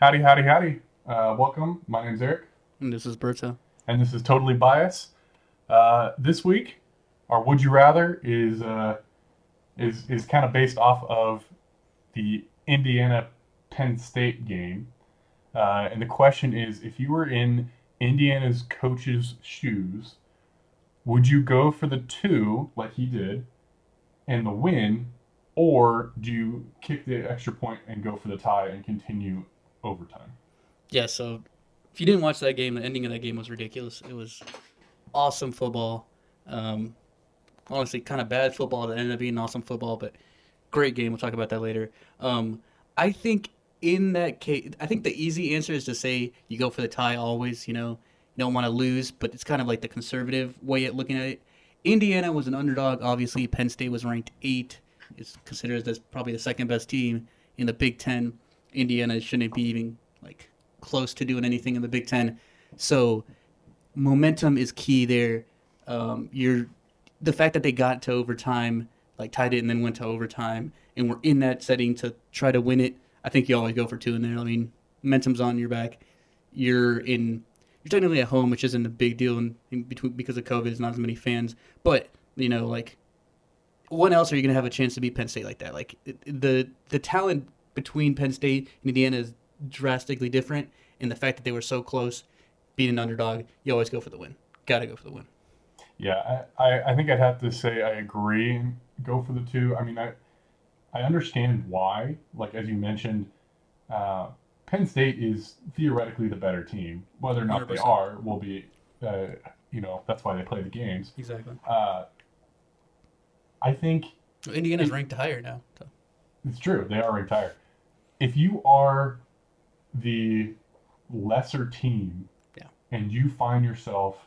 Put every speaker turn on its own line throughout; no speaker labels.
Howdy, howdy, howdy. Uh, welcome. My name's Eric,
And this is Berto.
and this is Totally Bias. Uh, this week, our Would You Rather is uh, is is kind of based off of the Indiana Penn State game, uh, and the question is: If you were in Indiana's coach's shoes, would you go for the two like he did, and the win, or do you kick the extra point and go for the tie and continue overtime?
Yeah, so if you didn't watch that game, the ending of that game was ridiculous. It was awesome football. Um, honestly, kind of bad football that ended up being awesome football, but great game. We'll talk about that later. Um, I think in that case, I think the easy answer is to say you go for the tie always. You know, you don't want to lose, but it's kind of like the conservative way at looking at it. Indiana was an underdog, obviously. Penn State was ranked eight. It's considered as probably the second best team in the Big Ten. Indiana shouldn't be even like close to doing anything in the Big Ten. So momentum is key there. Um, you're the fact that they got to overtime, like tied it and then went to overtime, and we're in that setting to try to win it. I think you always go for two in there. I mean, momentum's on your back. You're in. You're technically at home, which isn't a big deal in, in between because of COVID. There's not as many fans, but you know, like when else are you going to have a chance to beat Penn State like that? Like it- the the talent between Penn State and Indiana is drastically different, and the fact that they were so close, being an underdog, you always go for the win. Got to go for the win.
Yeah, I, I, I think I'd have to say I agree and go for the two. I mean, I I understand why. Like as you mentioned, uh, Penn State is theoretically the better team. Whether or not they
100%.
are will be, uh, you know, that's why they play the games.
Exactly.
Uh, I think
Indiana's ranked higher now. So.
it's true. They are retired. If you are the lesser team
Yeah.
and you find yourself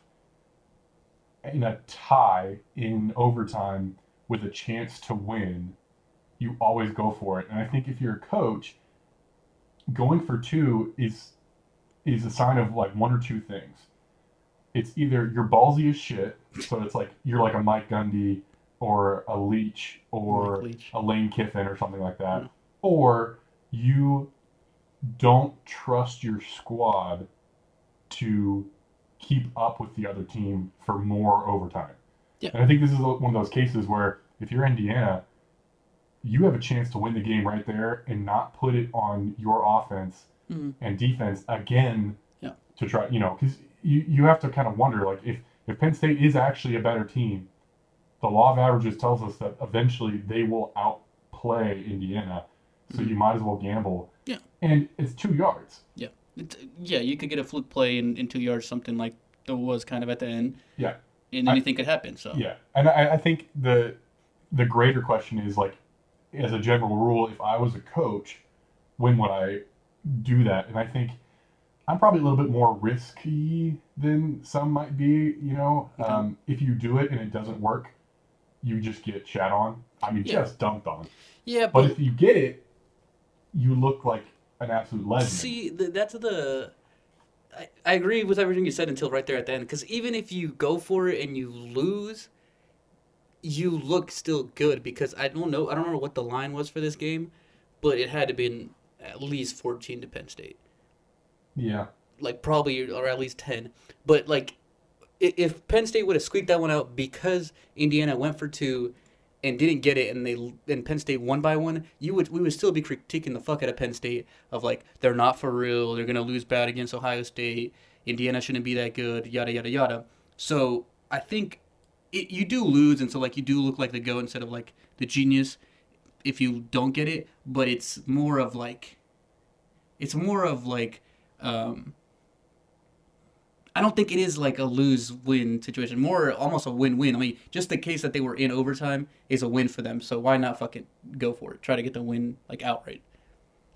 in a tie in overtime with a chance to win, you always go for it. And I think if you're a coach, going for two is is a sign of like one or two things. It's either you're ballsy as shit, so it's like you're like a Mike Gundy or a Leach or
Mike Leach.
a Lane Kiffin or something like that, or you don't trust your squad to keep up with the other team for more overtime.
Yeah.
And I think this is one of those cases where if you're Indiana, you have a chance to win the game right there and not put it on your offense
Mhm.
and defense again
Yeah.
to try, you know, because you, you have to kind of wonder like if, if Penn State is actually a better team, the law of averages tells us that eventually they will outplay Indiana. So
Mhm.
you might as well gamble.
Yeah.
And it's two yards.
It's, yeah, you could get a fluke play in, in two yards, something like there was kind of at the end.
Yeah.
And
I-
anything could happen. So
Yeah, and I, I think the the greater question is like, as a general rule, if I was a coach, when would I do that? And I think I'm probably a little bit more risky than some might be. You know,
Okay.
um, if you do it and it doesn't work, you just get shat on. I mean,
Yeah.
just dumped on.
yeah
But if you get it, you look like an absolute legend.
See, th- that's the. I, I agree with everything you said until right there at the end. Because even if you go for it and you lose, you look still good. Because I don't know, I don't remember what the line was for this game, but it had to been at least fourteen to Penn State,
yeah,
like probably or at least ten. But like, i- if Penn State would have squeaked that one out because Indiana went for two. And didn't get it, and they and Penn State won by one. You would we would still be critiquing the fuck out of Penn State of like they're not for real. They're gonna lose bad against Ohio State. Indiana shouldn't be that good. Yada yada yada. So I think it, you do lose, and so like you do look like the goat instead of like the genius if you don't get it. But it's more of like it's more of like um, I don't think it is like a lose win situation. More almost a win win. I mean, just the case that they were in overtime is a win for them. So why not fucking go for it? Try to get the win like outright.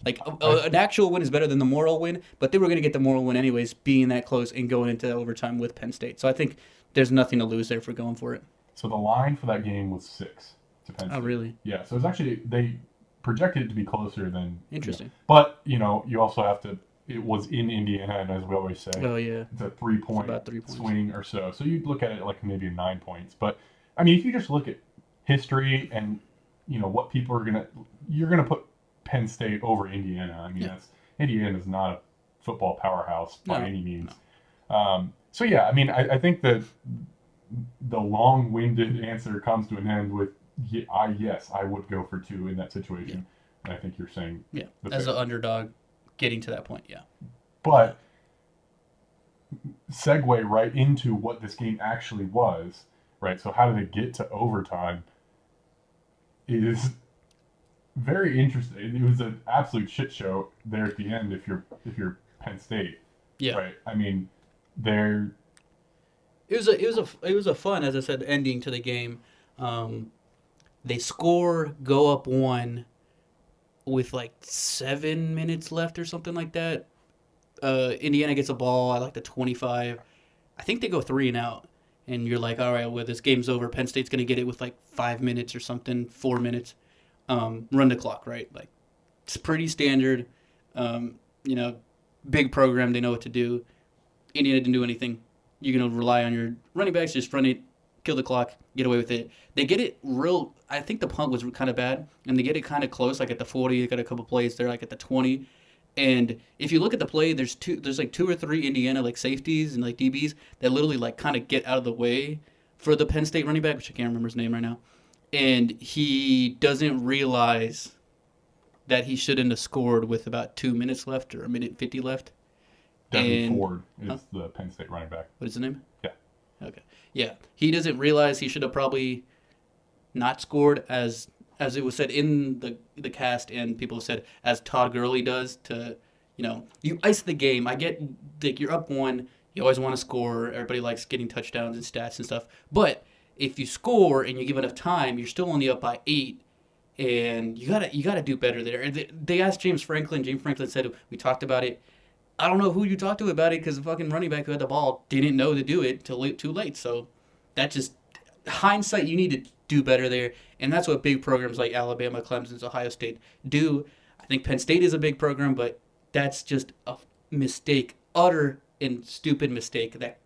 Like a, a- an actual win is better than the moral win, but they were going to get the moral win anyways, being that close and going into overtime with Penn State. So I think there's nothing to lose there for going for it.
so the line for that game was six. To Penn
Oh,
State.
really?
Yeah, so it's actually they projected it to be closer than
Interesting.
But you know, you also have to. It was in Indiana, and as we always say,
Oh yeah.
it's a three point
about three points.
swing or so. So you'd look at it like maybe nine points. But I mean, if you just look at history and you know what people are gonna, you're gonna put Penn State over Indiana. I mean,
Yeah.
that's Indiana is not a football powerhouse by
No,
any means. Um, so yeah, I mean, I, I think that the long-winded answer comes to an end with ye- I yes, I would go for two in that situation. And I think you're saying,
Yeah,
The
as
fair-
an underdog, getting to that point. Yeah,
but segue right into what this game actually was, right? So how did it get to overtime? Is very interesting. It was an absolute shit show there at the end. If you're if you're Penn State,
yeah.
right? I mean, they're
It was a it was a it was a fun, as I said, ending to the game. Um, they score, go up one, with like seven minutes left or something like that. Uh, Indiana gets a ball at like the twenty-five. I think they go three and out, and you're like, all right, well this game's over. Penn State's gonna get it with like five minutes or something, four minutes. Um, run the clock, right? Like it's pretty standard. Um, you know, big program, they know what to do. Indiana didn't do anything. You're gonna rely on your running backs, just run it, kill the clock, get away with it. They get it real. I think the punt was kind of bad, and they get it kind of close, like at the 40. They got a couple plays there, like at the 20. And if you look at the play, there's two, there's like two or three Indiana like safeties and like DBs that literally like kind of get out of the way for the Penn State running back, which I can't remember his name right now. And he doesn't realize that he shouldn't have scored with about two minutes left or a minute 50 left.
Devin
And- uh,
Ford is
huh?
the Penn State running back.
What is his name?
Yeah.
Okay. Yeah. He doesn't realize he should have probably not scored as as it was said in the the cast and people have said as Todd Gurley does to you know, you ice the game. I get like you're up one, you always want to score, everybody likes getting touchdowns and stats and stuff. But if you score and you give enough time, you're still only up by eight and you gotta you gotta do better there. And they, they asked James Franklin. James Franklin said we talked about it. I don't know who you talked to about it because the fucking running back who had the ball didn't know to do it till it, too late. So that just hindsight, you need to do better there, and that's what big programs like Alabama, Clemson's, Ohio State do. I think Penn State is a big program, but that's just a mistake, utter and stupid mistake that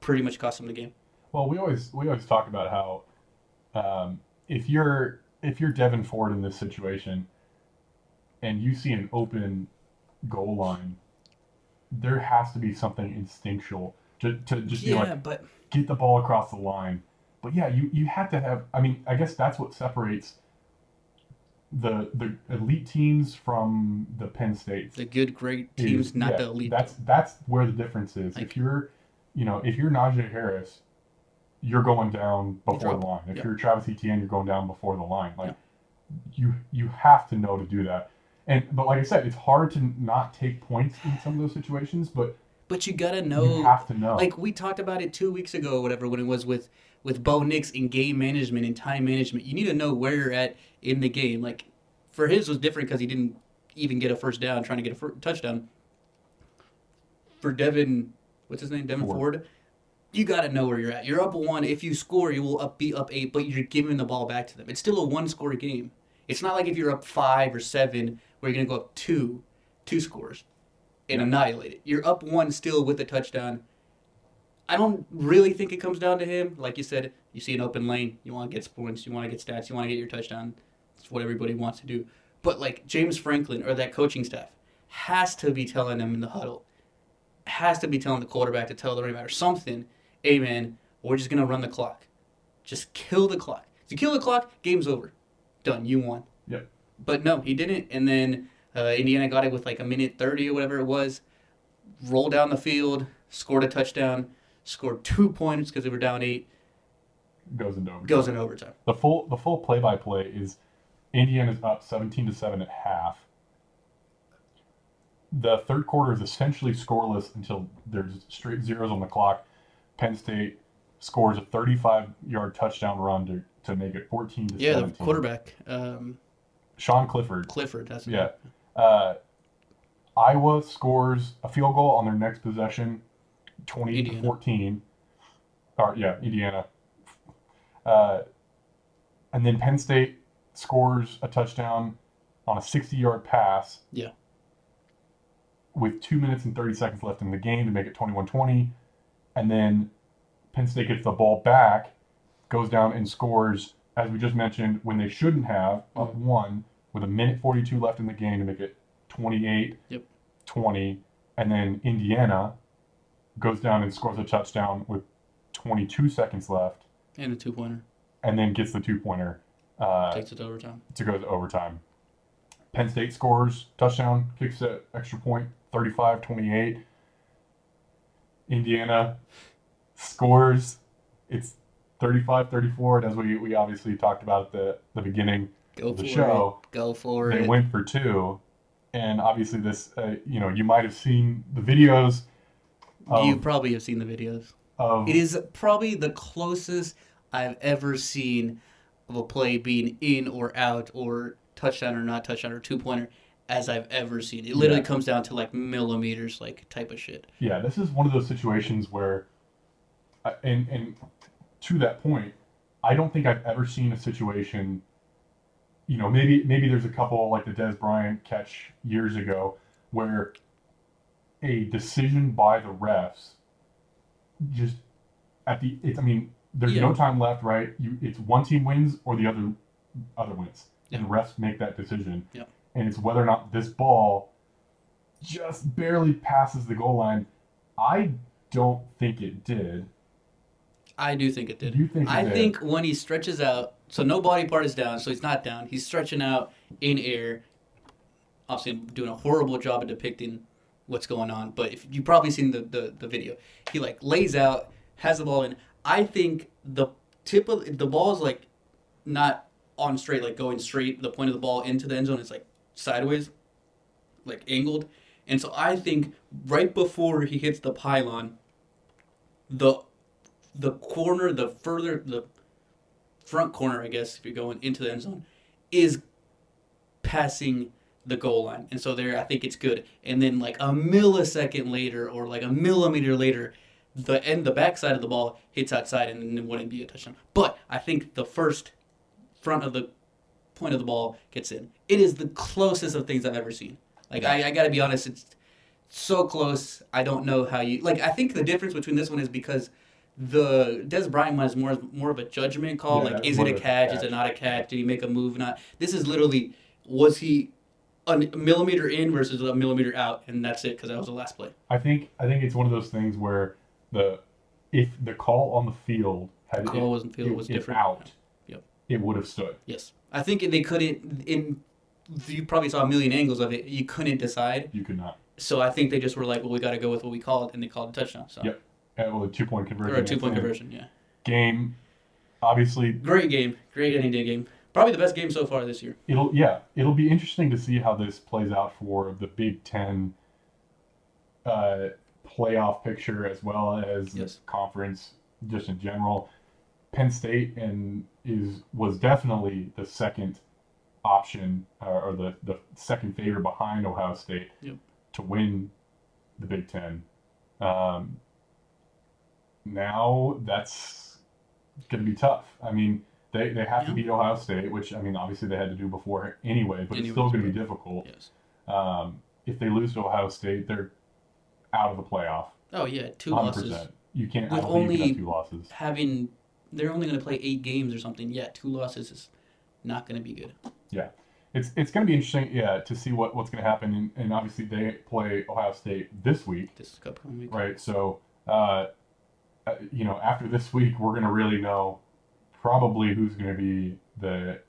pretty much cost them the game.
Well, we always we always talk about how um, if you're if you're Devin Ford in this situation and you see an open goal line, there has to be something instinctual to, to just be like
but
get the ball across the line. But yeah, you, you have to have. I mean, I guess that's what separates the the elite teams from the Penn States
the good, great
is-
teams, not
yeah,
the elite.
That's that's where the difference is.
Like-
if you're, you know, if you're Najee Harris, you're going down before
drop.
the line. If
Yeah.
you're Travis Etienne, you're going down before the line. Like
Yeah.
you you have to know to do that. And but like I said, it's hard to not take points in some of those situations, but
But you gotta know.
you have to know.
Oh, Like we talked about it two weeks ago, or whatever, when it was with with Bo Nix in game management and time management. You need to know where you're at in the game. Like for his was different because he didn't even get a first down, trying to get a fir- touchdown. For Devin, what's his name, Devin
Ford.
Ford. You gotta know where you're at. You're up one. If you score, you will up be up eight, but you're giving the ball back to them. It's still a one score game. It's not like if you're up five or seven, where you're gonna go up two, two scores, and annihilate it. You're up one still with a touchdown. I don't really think it comes down to him. Like you said, you see an open lane, you want to get points, you want to get stats, you want to get your touchdown. It's what everybody wants to do. But like James Franklin or that coaching staff has to be telling them in the huddle, has to be telling the quarterback to tell the running back or something. Hey man, we're just gonna run the clock. Just kill the clock. If you kill the clock, game's over. Done. You won.
Yep.
But no, he didn't. And then uh, Indiana got it with like a minute thirty or whatever it was. Rolled down the field, scored a touchdown, scored two points because they were down eight.
goes into overtime.
Goes in overtime.
The full the full play by play is Indiana's up seventeen to seven at half. The third quarter is essentially scoreless until there's straight zeros on the clock. Penn State scores a thirty five yard touchdown run to, to make it fourteen to
Yeah, the
seventeen.
quarterback, um,
Sean Clifford.
Clifford. That's
Yeah. Uh, Iowa scores a field goal on their next possession, 20 to
Indiana.
14. Or, yeah, Indiana. Uh, and then Penn State scores a touchdown on a 60 yard pass.
Yeah.
With two minutes and 30 seconds left in the game to make it 21 20. And then Penn State gets the ball back, goes down and scores, as we just mentioned, when they shouldn't have, up
Mhm.
one with a minute 42 left in the game to make it 28.
Yep.
20, and then Indiana goes down and scores a touchdown with 22 seconds left,
and a two pointer
and then gets the two pointer uh,
takes it to overtime.
to go to overtime. Penn State scores touchdown, kicks an extra point, 35 28. Indiana scores. It's 35 34. And as we, we obviously talked about at the, the beginning,
Go
The
for
show,
it. Go for
they
it.
went for two. And obviously, this, uh, you know, you might have seen the videos
you
um,
probably have seen the videos.
of.
It is probably the closest I've ever seen of a play being in or out or touchdown or not touchdown or two pointer as I've ever seen. It literally
Yeah.
comes down to like millimeters, like type of shit.
Yeah, this is one of those situations where, I- and and to that point, I don't think I've ever seen a situation. You know, maybe maybe there's a couple like the Des Bryant catch years ago where a decision by the refs just at the it's, I mean there's
Yeah.
no time left right you it's one team wins or the other other wins and
Yeah.
refs make that decision
Yeah.
and it's whether or not this ball just barely passes the goal line I don't think it did
I do think it did.
You think it
I
did.
think when he stretches out, so no body part is down, so he's not down. He's stretching out in air. Obviously, I'm doing a horrible job of depicting what's going on, but if you've probably seen the, the, the video, he like lays out, has the ball in. I think the tip of the ball is like not on straight, like going straight. The point of the ball into the end zone is like sideways, like angled. And so I think right before he hits the pylon, the the corner, the further the front corner, I guess, if you're going into the end zone, is passing the goal line. And so there I think it's good. And then like a millisecond later or like a millimeter later, the end the backside of the ball hits outside and then it wouldn't be a touchdown. But I think the first front of the point of the ball gets in. It is the closest of things I've ever seen. Like I, I gotta be honest, it's so close. I don't know how you like. I think the difference between this one is because the Des Bryant one is more more of a judgment call.
Yeah,
like,
that's
is
more
it a
of a
catch? Is
catch.
it not a catch? Did he make a move? Not. This is literally was he a millimeter in versus a millimeter out, and that's it because that was the last play.
I think I think it's one of those things where the if the call on the field had
The call
it-
wasn't field, it was
if
different.
out,
Yep.
it would have stood.
Yes, I think they couldn't. In you probably saw a million angles of it. You couldn't decide.
You could not.
So I think they just were like, well, we got to go with what we called, and they called a touchdown. So
Yep. Uh, well, a two point
or
conversion.
a two point
that's in
conversion. Yeah.
the Game. Obviously,
Great game. Great any day game. Probably the best game so far this year.
it'll yeah, it'll be interesting to see how this plays out for the Big Ten uh, playoff picture as well as the
Yes.
conference just in general. Penn State and is was definitely the second option uh, or, or the the second favorite behind Ohio State
Yep.
to win the Big Ten. Um, now that's going to be tough. I mean, they, they have to
Yeah.
beat Ohio State, which I mean, obviously they had to do before anyway, but it's
Anyways,
still going to be
right.
difficult.
Yes.
Um, if they lose to Ohio State, they're out of the playoff.
Oh yeah, two
100%.
losses.
You can't.
With
I don't think you
only-
can have two losses.
Having they're only going to play eight games or something. Yeah, two losses is not going to be good.
It's it's going to be interesting, yeah, to see what, what's going to happen. And, and obviously they play Ohio State this week,
This upcoming week.
right? So, uh, uh, you know, after this week, we're going to really know probably who's going to be the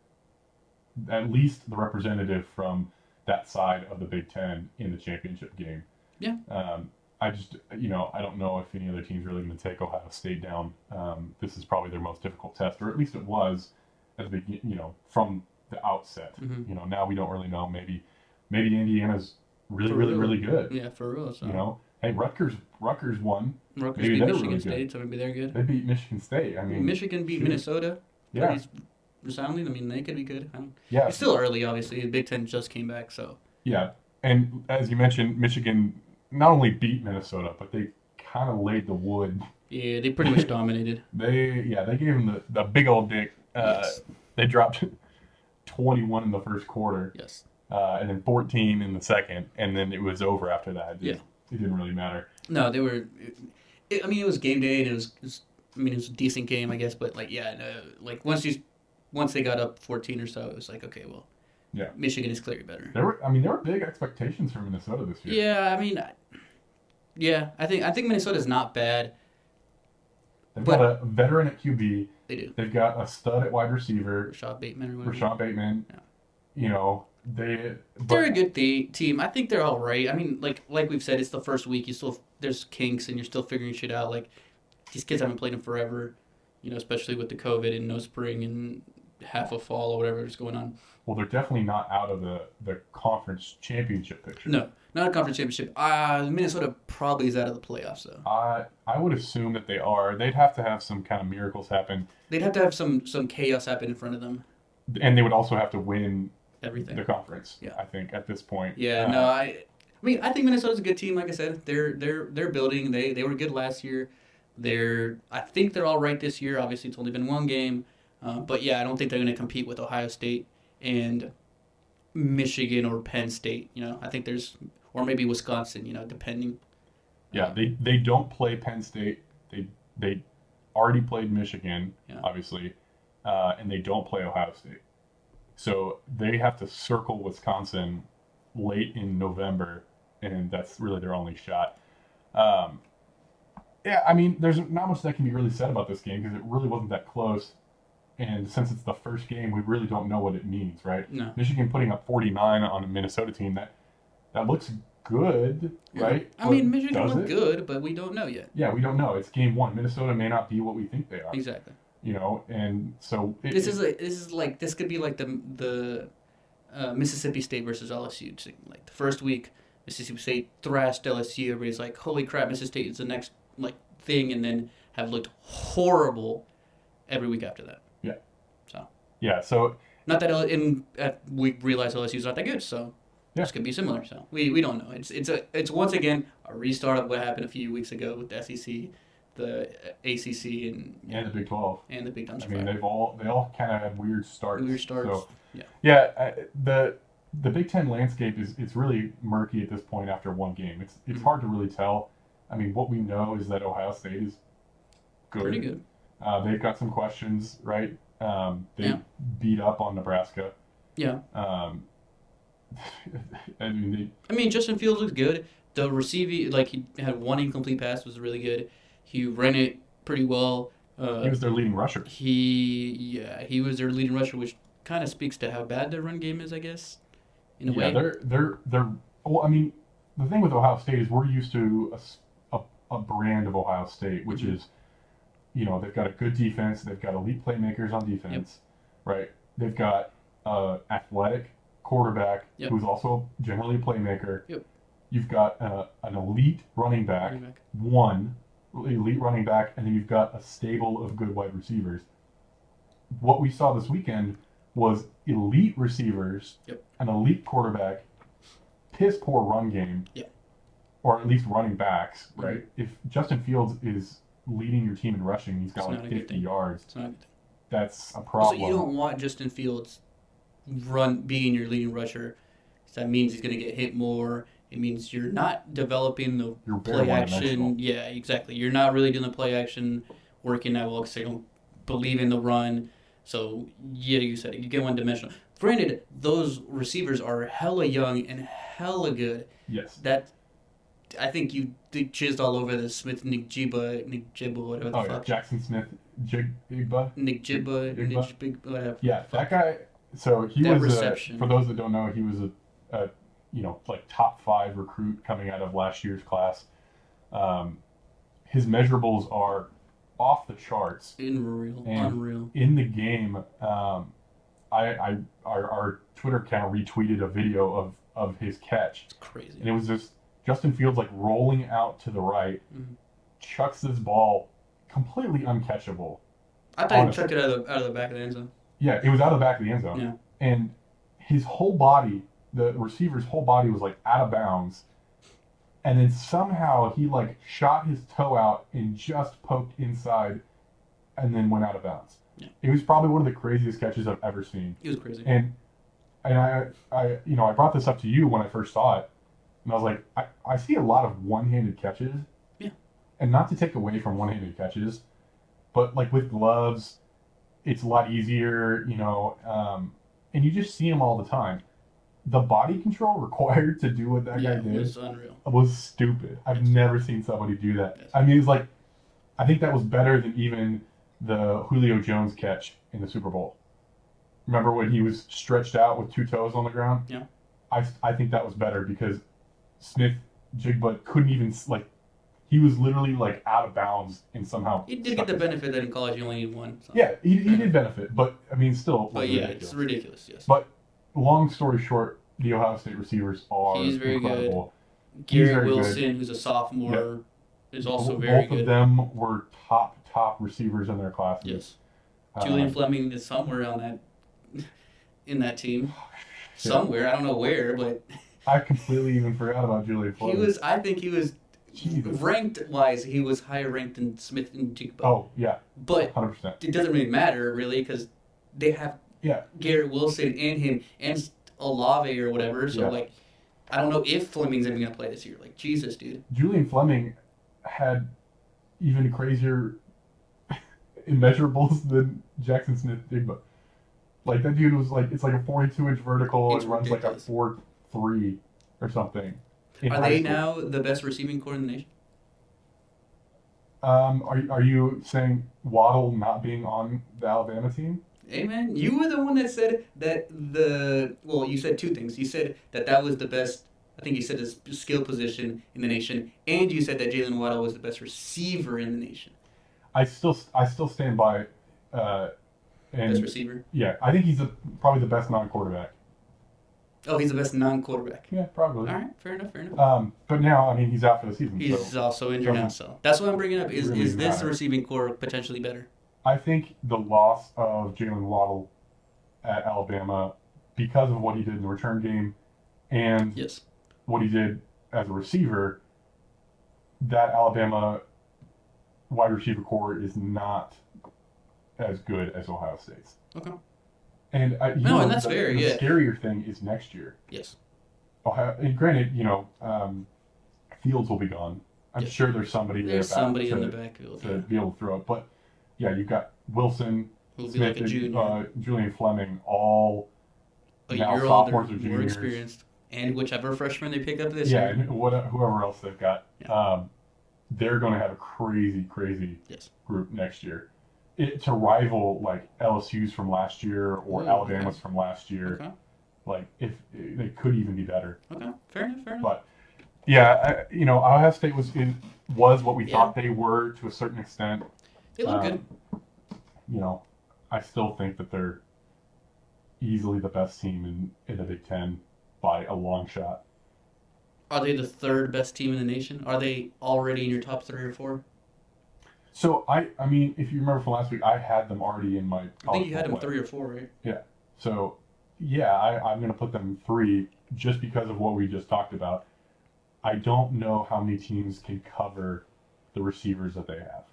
at least the representative from that side of the Big Ten in the championship game.
Yeah.
Um, I just, you know, I don't know if any other team's really going to take Ohio State down. Um, this is probably their most difficult test, or at least it was at the begin, you know, from the outset.
Mhm.
You know, now we don't really know. Maybe, maybe Indiana's really, really, really good.
Yeah, for real. So
You know, hey, Rutgers, Rutgers won.
Rutgers
maybe
beat
they're
Michigan
really good.
State, so maybe they're good.
They beat Michigan State. I mean,
Michigan beat
shoot.
Minnesota.
yeah,
pretty Resounding. I mean, they could be good. I don't,
yeah,
it's still early, obviously. The Big Ten just came back, so
yeah. And as you mentioned, Michigan not only beat Minnesota, but they kind of laid the wood.
yeah, they pretty much dominated.
They, yeah, they gave them the, the big old dick. Uh,
yes,
They dropped 21 in the first quarter,
yes.
uh, and then 14 in the second, and then it was over after that. It,
Yeah.
it didn't really matter.
No, they were. It, I mean, it was game day, and it was, it was- I mean, it was a decent game, I guess. But like, yeah, no, like once you, once they got up fourteen or so, it was like, okay, well,
Yeah.
Michigan is clearly better.
There were, I mean, there were big expectations for Minnesota this year.
Yeah, I mean, I- yeah, I think I think Minnesota's not bad.
They've
but-
got a veteran at QB.
They do.
They've got a stud at wide receiver,
Rashad Bateman or whatever.
Rashawn Bateman.
Yeah.
You know, they.
They're a
But,
good the- team. I think they're all right. I mean, like like we've said, it's the first week. You still there's kinks and you're still figuring shit out. Like these kids haven't played in forever, you know, especially with the COVID and no spring and half of fall or whatever is going on.
well, they're definitely not out of the, the conference championship picture.
No, not a conference championship. Uh, Minnesota probably is out of the playoffs though.
I I would assume that they are. They'd have to have some kind of miracles happen,
They'd have to have some some chaos happen in front of them.
and they would also have to win
Everything.
the conference.
Yeah.
I think at this point.
Yeah,
Uh,
no, I, I mean, I think Minnesota's a good team. Like I said, they're they're they're building. They they were good last year. They're I think they're all right this year. Obviously, it's only been one game, uh, but yeah, I don't think they're going to compete with Ohio State and Michigan or Penn State. You know, I think there's or maybe Wisconsin. You know, depending.
Yeah, they they don't play Penn State. They they already played Michigan,
Yeah.
obviously, uh, and they don't play Ohio State. So they have to circle Wisconsin late in November, and that's really their only shot. Um, yeah, I mean, there's not much that can be really said about this game because it really wasn't that close. And since it's the first game, we really don't know what it means, right?
No.
Michigan putting up 49 on a Minnesota team that that looks good, right?
I mean,
But
Michigan
does
looked
it?
good, but we don't know yet.
yeah, we don't know. It's game one. Minnesota may not be what we think they are,
Exactly.
you know. And so it,
This is like this is like this could be like the the uh, Mississippi State versus LSU. It's Like the first week, Mississippi State thrashed LSU. Everybody's like, "Holy crap, Mississippi State is the next like thing," and then have looked horrible every week after that.
yeah. So
Not that L- and uh, we realize LSU's not that good, so
Yeah.
this could be similar. So we, we don't know. It's it's a it's once again a restart of what happened a few weeks ago with the SEC, the uh, ACC, and
and the Big Twelve.
and the Big Ten.
I mean, they've all they all kind of had weird starts.
Weird starts.
So
Yeah.
yeah, I- the the Big Ten landscape is it's really murky at this point after one game. It's it's
Mhm.
hard to really tell. I mean, what we know is that Ohio State is good.
pretty good.
Uh, they've got some questions, right? Um, they
Yeah.
beat up on Nebraska.
Yeah.
Um, I mean, they,
I mean, Justin Fields looks good. The receiving, like he had one incomplete pass, was really good. He ran it pretty well.
he
Uh,
was their leading rusher.
he, yeah, he was their leading rusher, which kind of speaks to how bad their run game is, I guess, in a
yeah,
way.
they're they're they're. Well, I mean, the thing with Ohio State is we're used to a s- a, a brand of Ohio State, which
Mhm.
is, you know, they've got a good defense, they've got elite playmakers on defense, right? They've got uh, athletic quarterback
Yep.
who's also generally a playmaker.
Yep.
You've got uh, an elite running back,
Running back.
one elite running back, and then you've got a stable of good wide receivers. What we saw this weekend was elite receivers,
Yep.
an elite quarterback, piss poor run game,
Yeah.
or at least running backs,
Mhm.
right? If Justin Fields is leading your team in rushing, he's got
It's not
like
a good
50
thing.
yards,
It's not a good thing.
that's a
Also,
problem.
you don't want Justin Fields run being your leading rusher. 'cause That means he's going to get hit more. It means you're not developing the
You're very one
play
dimensional.
action. Yeah, exactly. You're not really doing the play action working that well because they don't believe in the run. So yeah, you said it. You get one dimensional. Granted, those receivers are hella young and hella good.
Yes.
That I think you did jizzed all over the Smith Nick Jiba Nick Jibba whatever the
Oh, yeah.
fuck
Jackson Smith, Jig, Igba.
Nick Jibba
Jigba?
Nick Big whatever.
Yeah, that guy. So he
That
was a,
reception.
for those that don't know, he was a, a you know like top five recruit coming out of last year's class. Um, his measurables are off the charts
Unreal,
And-
unreal.
in the game. Um, I, I our, our Twitter account retweeted a video of of his catch,
It's crazy.
and it was just Justin Fields like rolling out to the right,
Mhm.
chucks this ball completely uncatchable
I thought he
honestly.
chucked it out of the out of the back of the end zone.
Yeah, it was out of the back of the end zone.
Yeah.
And his whole body, the receiver's whole body was like out of bounds. And then somehow he like shot his toe out and just poked inside and then went out of bounds.
Yeah.
It was probably one of the craziest catches I've ever seen.
He was crazy.
And and I I you know, I brought this up to you when I first saw it. And I was like, I, I see a lot of one handed catches.
Yeah.
And not to take away from one handed catches, but like with gloves, it's a lot easier, you know, um, and you just see them all the time. the body control required to do what that
yeah,
guy
it
did
was unreal.
was stupid. I've
Yes.
never seen somebody do that.
Yes.
I mean, it's like, I think that was better than even the Julio Jones catch in the Super Bowl. Remember when he was stretched out with two toes on the ground?
Yeah.
I, I think that was better because Smith Jigbutt couldn't even like, he was literally like out of bounds and somehow.
He did
stuck
get the
his-
benefit that in college you only need one. so-
Yeah, he, he did benefit, but I mean, still.
But
was
Oh, yeah,
ridiculous.
it's ridiculous. Yes.
But long story short, the Ohio State receivers are
He's very good.
incredible. He's
Gary
very good.
Wilson, who's a sophomore, is also
Both-
very
Both of
good.
them were top top receivers in their classes.
Yes.
Uh,
Julian Fleming is somewhere on that in that team.
Oh,
Somewhere. I don't know where, but
I completely even forgot about Julian
he
Fleming.
was I think he was
Jesus.
ranked wise, he was higher ranked than Smith and Jigba.
Oh yeah,
But
hundred percent.
it doesn't really matter really because they have
Yeah.
Garrett Wilson and him and Olave or whatever. So
Yeah.
like, I don't know if Fleming's even gonna play this year. Like Jesus, dude.
Julian Fleming had even crazier immeasurables than Jackson Smith Digba. Like that dude was like it's like a forty-two inch vertical
It's
and runs like a
ridiculous.
four three or something. in
Are
high
they
school.
now the best receiving core in the nation?
Um, are are you saying Waddle not being on the Alabama team?
Hey man, Eh? you were the one that said that the well, you said two things. You said that that was the best. I think you said his skill position in the nation, and you said that Jalen Waddle was the best receiver in the nation.
I still I still stand by, uh,
Best
and
receiver.
yeah, I think he's the probably the best non-quarterback.
Oh, he's the best non-quarterback.
Yeah,
All
probably.
right, fair enough, fair enough.
Um, but now I mean he's out for the season,
He's
so
also injured now, so that's what I'm bringing up. Is
Really
is this
matter.
receiving core potentially better?
I think the loss of Jalen Waddle at Alabama because of what he did in the return game and
Yes.
what he did as a receiver, that Alabama wide receiver core is not as good as Ohio State's.
Okay.
And I, you
No,
know,
and that's
the-
fair,
The
yeah.
scarier thing is next year.
Yes.
Ohio, and granted, you know, um, Fields will be gone. I'm
Yeah.
sure there's somebody there
There's
back
somebody
to,
in the backfield
to
yeah,
be able to throw it. But yeah, you've got Wilson,
who'll be
Smith,
like a
and,
junior,
uh, Julian Fleming, all
a
now
year older,
sophomores or
more
juniors.
experienced, and whichever freshman they pick up this
yeah,
year.
and what, whoever else they've got,
Yeah.
um, they're going to have a crazy, crazy
Yes.
group next year. It, to rival like LSU's from last year or
Ooh,
Alabama's from last year,
Okay.
like if they could even be better.
Okay. Fair enough. Fair enough.
But yeah, I, you know, Ohio State was in, was what we
Yeah.
thought they were to a certain extent.
they look
Um,
good.
You know, I still think that they're easily the best team in, in the Big Ten by a long shot.
Are they the third best team in the nation? Are they already in your top three or four?
So I, I mean, if you remember from last week, I had them already in my.
I think
college
you had them
football
three or four, right?
player. So yeah, I, I'm going to put them three just because of what we just talked about. I don't know how many teams can cover the receivers that they have.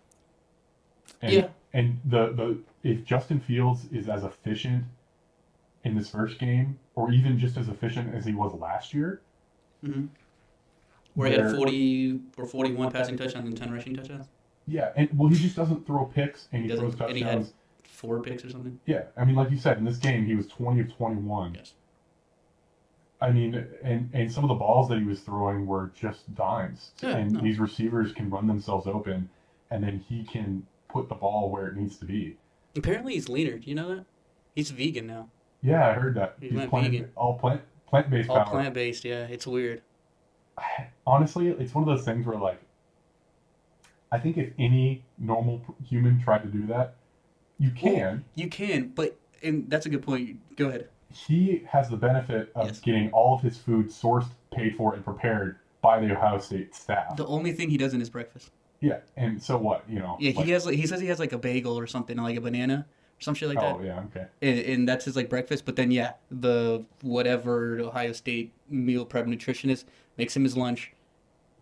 And
yeah.
And the, the if Justin Fields is as efficient in this first game, or even just as efficient as he was last year,
hmm Where he had
they're-
forty or forty-one passing touchdowns and ten rushing touchdowns,
yeah, and well, he just doesn't throw picks and he,
He doesn't-
throws
and he had-
touchdowns.
four picks or something.
yeah, I mean, like you said, in this game, he was twenty of twenty-one.
Yes.
I mean, and and some of the balls that he was throwing were just dimes,
Yeah,
and
no.
these receivers can run themselves open, and then he can put the ball where it needs to be.
Apparently he's leaner. Do you know that? He's vegan now.
Yeah, I heard that.
He
He's
went
plant,
vegan.
all plant plant based
All
power.
plant-based. Yeah, it's weird.
honestly, it's one of those things where like, I think if any normal p- human tried to do that, you can.
You can, but and that's a good point. Go ahead.
He has the benefit of
Yes.
getting all of his food sourced, paid for, and prepared by the Ohio State staff.
The only thing he doesn't is breakfast.
yeah, and so what? You know?
Yeah,
like-
he has. Like, he says he has like a bagel or something, like a banana or some shit like that,
oh yeah, okay.
and, and that's his like breakfast. But then yeah, the whatever Ohio State meal prep nutritionist makes him his lunch,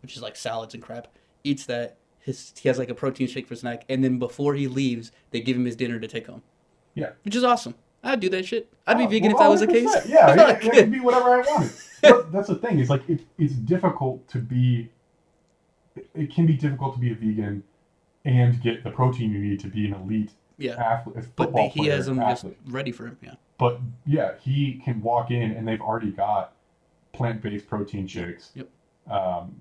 which is like salads and crap. Eats that. His he has like a protein shake for snack, and then before he leaves, they give him his dinner to take home.
Yeah.
which is awesome. I'd do that shit. I'd be
Oh,
vegan if
well,
that was the case.
100%. Yeah, yeah,
Fuck.
it could be whatever I wanted. But that's the thing. Is like it, it's difficult to be. It, it can be difficult to be a vegan, and get the protein you need to be an elite
Yeah.
athlete,
But they,
football
he has
player,
them just
athlete.
ready for him. Yeah.
But yeah, he can walk in and they've already got plant based protein shakes.
Yep.
Um,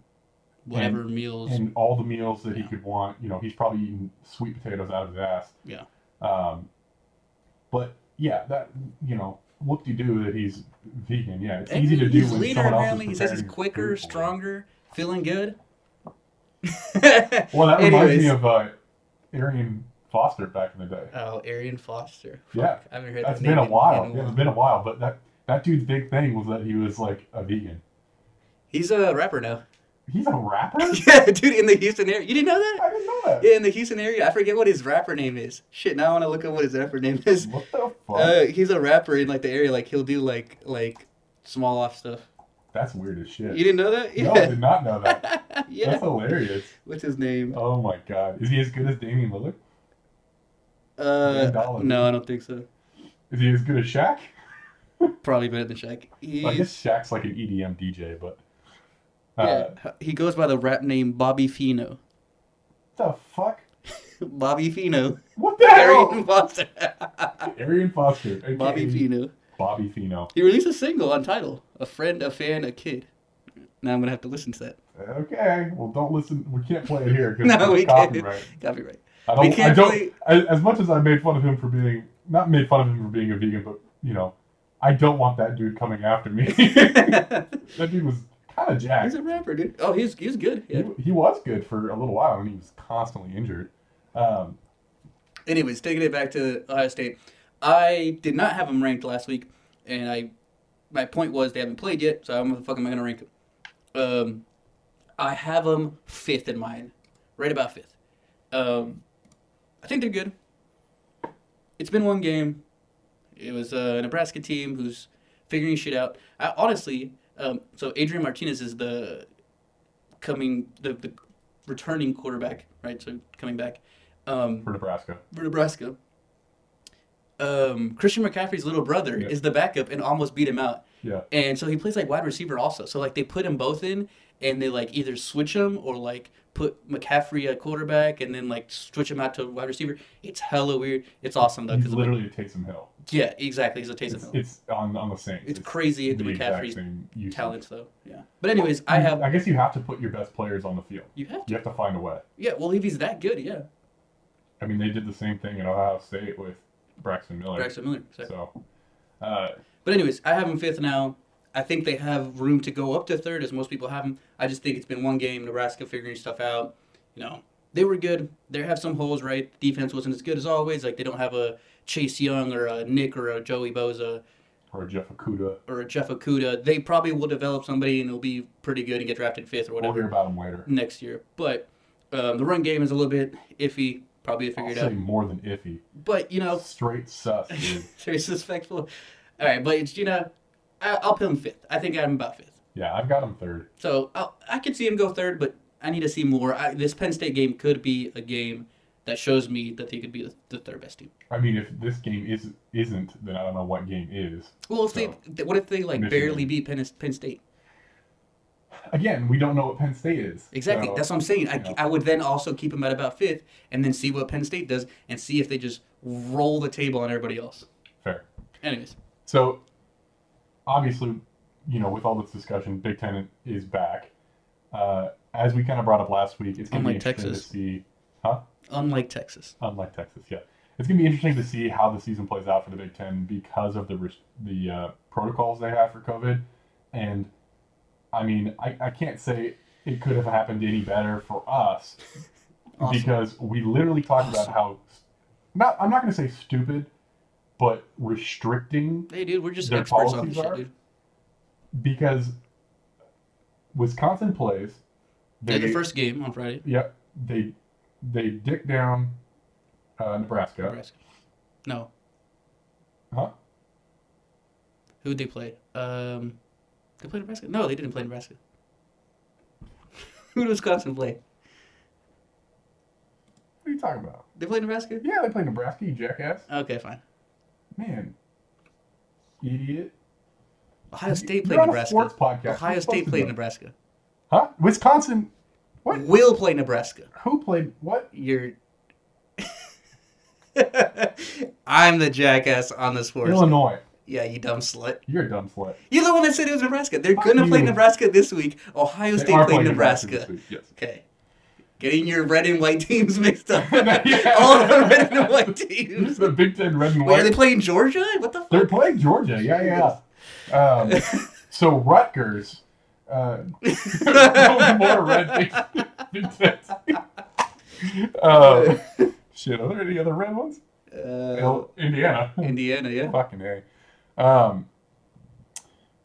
Whatever meals.
and all the meals that he
Yeah.
could want. You know, he's probably eating sweet potatoes out of his ass.
Yeah.
Um, but yeah, that you know, whoop de doo that he's vegan. Yeah, it's
And
easy to do
he's
when
leaner,
someone else
apparently.
is
He says he's
preparing
quicker,
food for him.
stronger, feeling good.
Well, that reminds me
Anyways.
of uh, Arian Foster back in the day.
oh, Arian Foster.
Yeah.
I haven't heard
That's
that name
been a
in- in
while.
while.
It's been a while, but that that dude's big thing was that he was like a vegan.
He's a rapper now.
He's a rapper. I
yeah, dude, in the Houston area. You didn't know that?
didn't know that.
Yeah, in the Houston area. I forget what his rapper name is. Shit, now I want to look up what his rapper name is.
What the fuck?
Uh, he's a rapper in like the area. Like he'll do like like small off stuff.
That's weird as shit.
You didn't know that?
No, I
Yeah.
did not know that.
yeah.
That's hilarious.
What's his name?
Oh my god. Is he as good as Damian Lillard?
Uh,
Dollar.
no, I don't think so.
Is he as good as Shaq?
Probably better than Shaq. He's,
I guess Shaq's like an E EDM DJ, but uh,
yeah. He goes by the rap name Bobby Fino.
the fuck?
Bobby Fino.
What the
Arian
hell?
Foster.
Arian Foster. aka
Bobby Fino.
Bobby Fino.
He released a single on title A Friend, a Fan, a Kid. Now I'm going to have to listen to that.
Okay. Well, don't listen. We can't play it here because
No, we can't.
copyright.
Copyright.
I don't.
We can't
I don't.
play-
I, as much as I made fun of him for being not made fun of him for being a vegan, but you know, I don't want that dude coming after me. that
he's
dude was kind of jacked.
a rapper, dude. Oh, he's, he's good. Yeah.
He, he was good for a little while, and he was constantly injured. Um,
Anyways, taking it back to Ohio State, I did not have them ranked last week, and I my point was they haven't played yet, so how the fuck am I going to rank them? Um, I have them fifth in mine, right about fifth. Um, I think they're good. It's been one game. It was a Nebraska team who's figuring shit out. I honestly, um, so Adrian Martinez is the coming the, the returning quarterback, right? So coming back. Um,
for Nebraska.
for Nebraska. Um, Christian McCaffrey's little brother
Yeah.
is the backup and almost beat him out.
Yeah.
And so he plays like wide receiver also. So like they put them both in and they like either switch them or like put McCaffrey at quarterback and then like switch him out to wide receiver. It's hella weird. It's awesome though.
He's
'cause of-
literally a Taysom Hill.
yeah, exactly. He's a Taysom
It's,
Hill. It's,
it's on on the Saints.
crazy the,
exact
McCaffrey
same usage.
talents though. Yeah. But anyways, I have
I guess you have to put your best players on the field.
you have to.
You have to find a way.
Yeah. Well, if he's that good, yeah.
I mean, they did the same thing at Ohio State with Braxton Miller.
Braxton Miller. So.
So, uh,
But anyways, I have them fifth now. I think they have room to go up to third, as most people have them. I just think it's been one game. Nebraska figuring stuff out. You know, they were good. They have some holes, right? Defense wasn't as good as always. Like they don't have a Chase Young or a Nick or a Joey Boza
or Jeff Okuda.
or a Jeff Okuda. They probably will develop somebody and it'll be pretty good and get drafted fifth or
We'll
whatever
hear about him later.
next year. But um, the run game is a little bit iffy. Probably
I'll
figured
say
out.
more than iffy.
But you know,
Straight sus, dude.
very suspectful. All right, but it's you know, I, I'll put them fifth. I think I'm about fifth.
yeah, I've got him third.
So i I could see him go third, but I need to see more. I, this Penn State game could be a game that shows me that they could be the, the third best team.
I mean, if this game is isn't, then I don't know what game is.
Well, if they,
So-
th- what if they like
Michigan.
barely beat Penn, Penn State?
Again, we don't know what Penn State is.
Exactly.
So,
That's what I'm saying. I,
yeah.
I would then also keep them at about fifth, and then see what Penn State does, and see if they just roll the table on everybody else.
fair.
Anyways,
So, obviously, you know, with all this discussion, Big Ten is back. Uh, as we kind of brought up last week, it's going to be
Unlike
interesting
Texas.
to see,
unlike Texas,
unlike Texas, yeah, it's going to be interesting to see how the season plays out for the Big Ten because of the res- the uh, protocols they have for COVID. And I mean, I, I can't say it could have happened any better for us
Awesome.
because we literally talked
Awesome.
about how not I'm not going to say stupid, but restricting
hey dude, we're just
Their
experts on
policies
this shit,
are-
dude.
because Wisconsin plays.
Yeah, the first game on Friday,
Yep. They they dick down uh, Nebraska.
Nebraska. No,
Huh?
who'd they play? Um, they played Nebraska. No, they didn't play Nebraska. Who did Wisconsin play?
What are you talking about?
They played Nebraska.
Yeah, they play Nebraska. You jackass.
Okay, fine.
Man, idiot.
Ohio State
You're
played
on a
Nebraska.
sports podcast. You're
Ohio
supposed
State
to
played
know.
Nebraska.
Huh? Wisconsin. What?
Will play Nebraska.
Who played what?
You're I'm the jackass on this horse.
Illinois,
Yeah, you dumb slut.
you're a dumb slut.
You're the one that said it was Nebraska. They're going to
Fuck
play
you.
Nebraska this week. Ohio
They
State
are
played
playing
Nebraska.
this week,
Okay. Getting your red and white teams mixed up.
Yeah.
All the red and white
Yes,
teams.
the Big Ten red and
Wait, are
white.
they playing Georgia? What the fuck?
They're playing Georgia. Yeah, yeah. Um, so Rutgers. Uh, more red things. Big Ten. Um, shit, are there any other red ones?
Uh,
Ill- Indiana.
Indiana, yeah.
Fucking a. Um,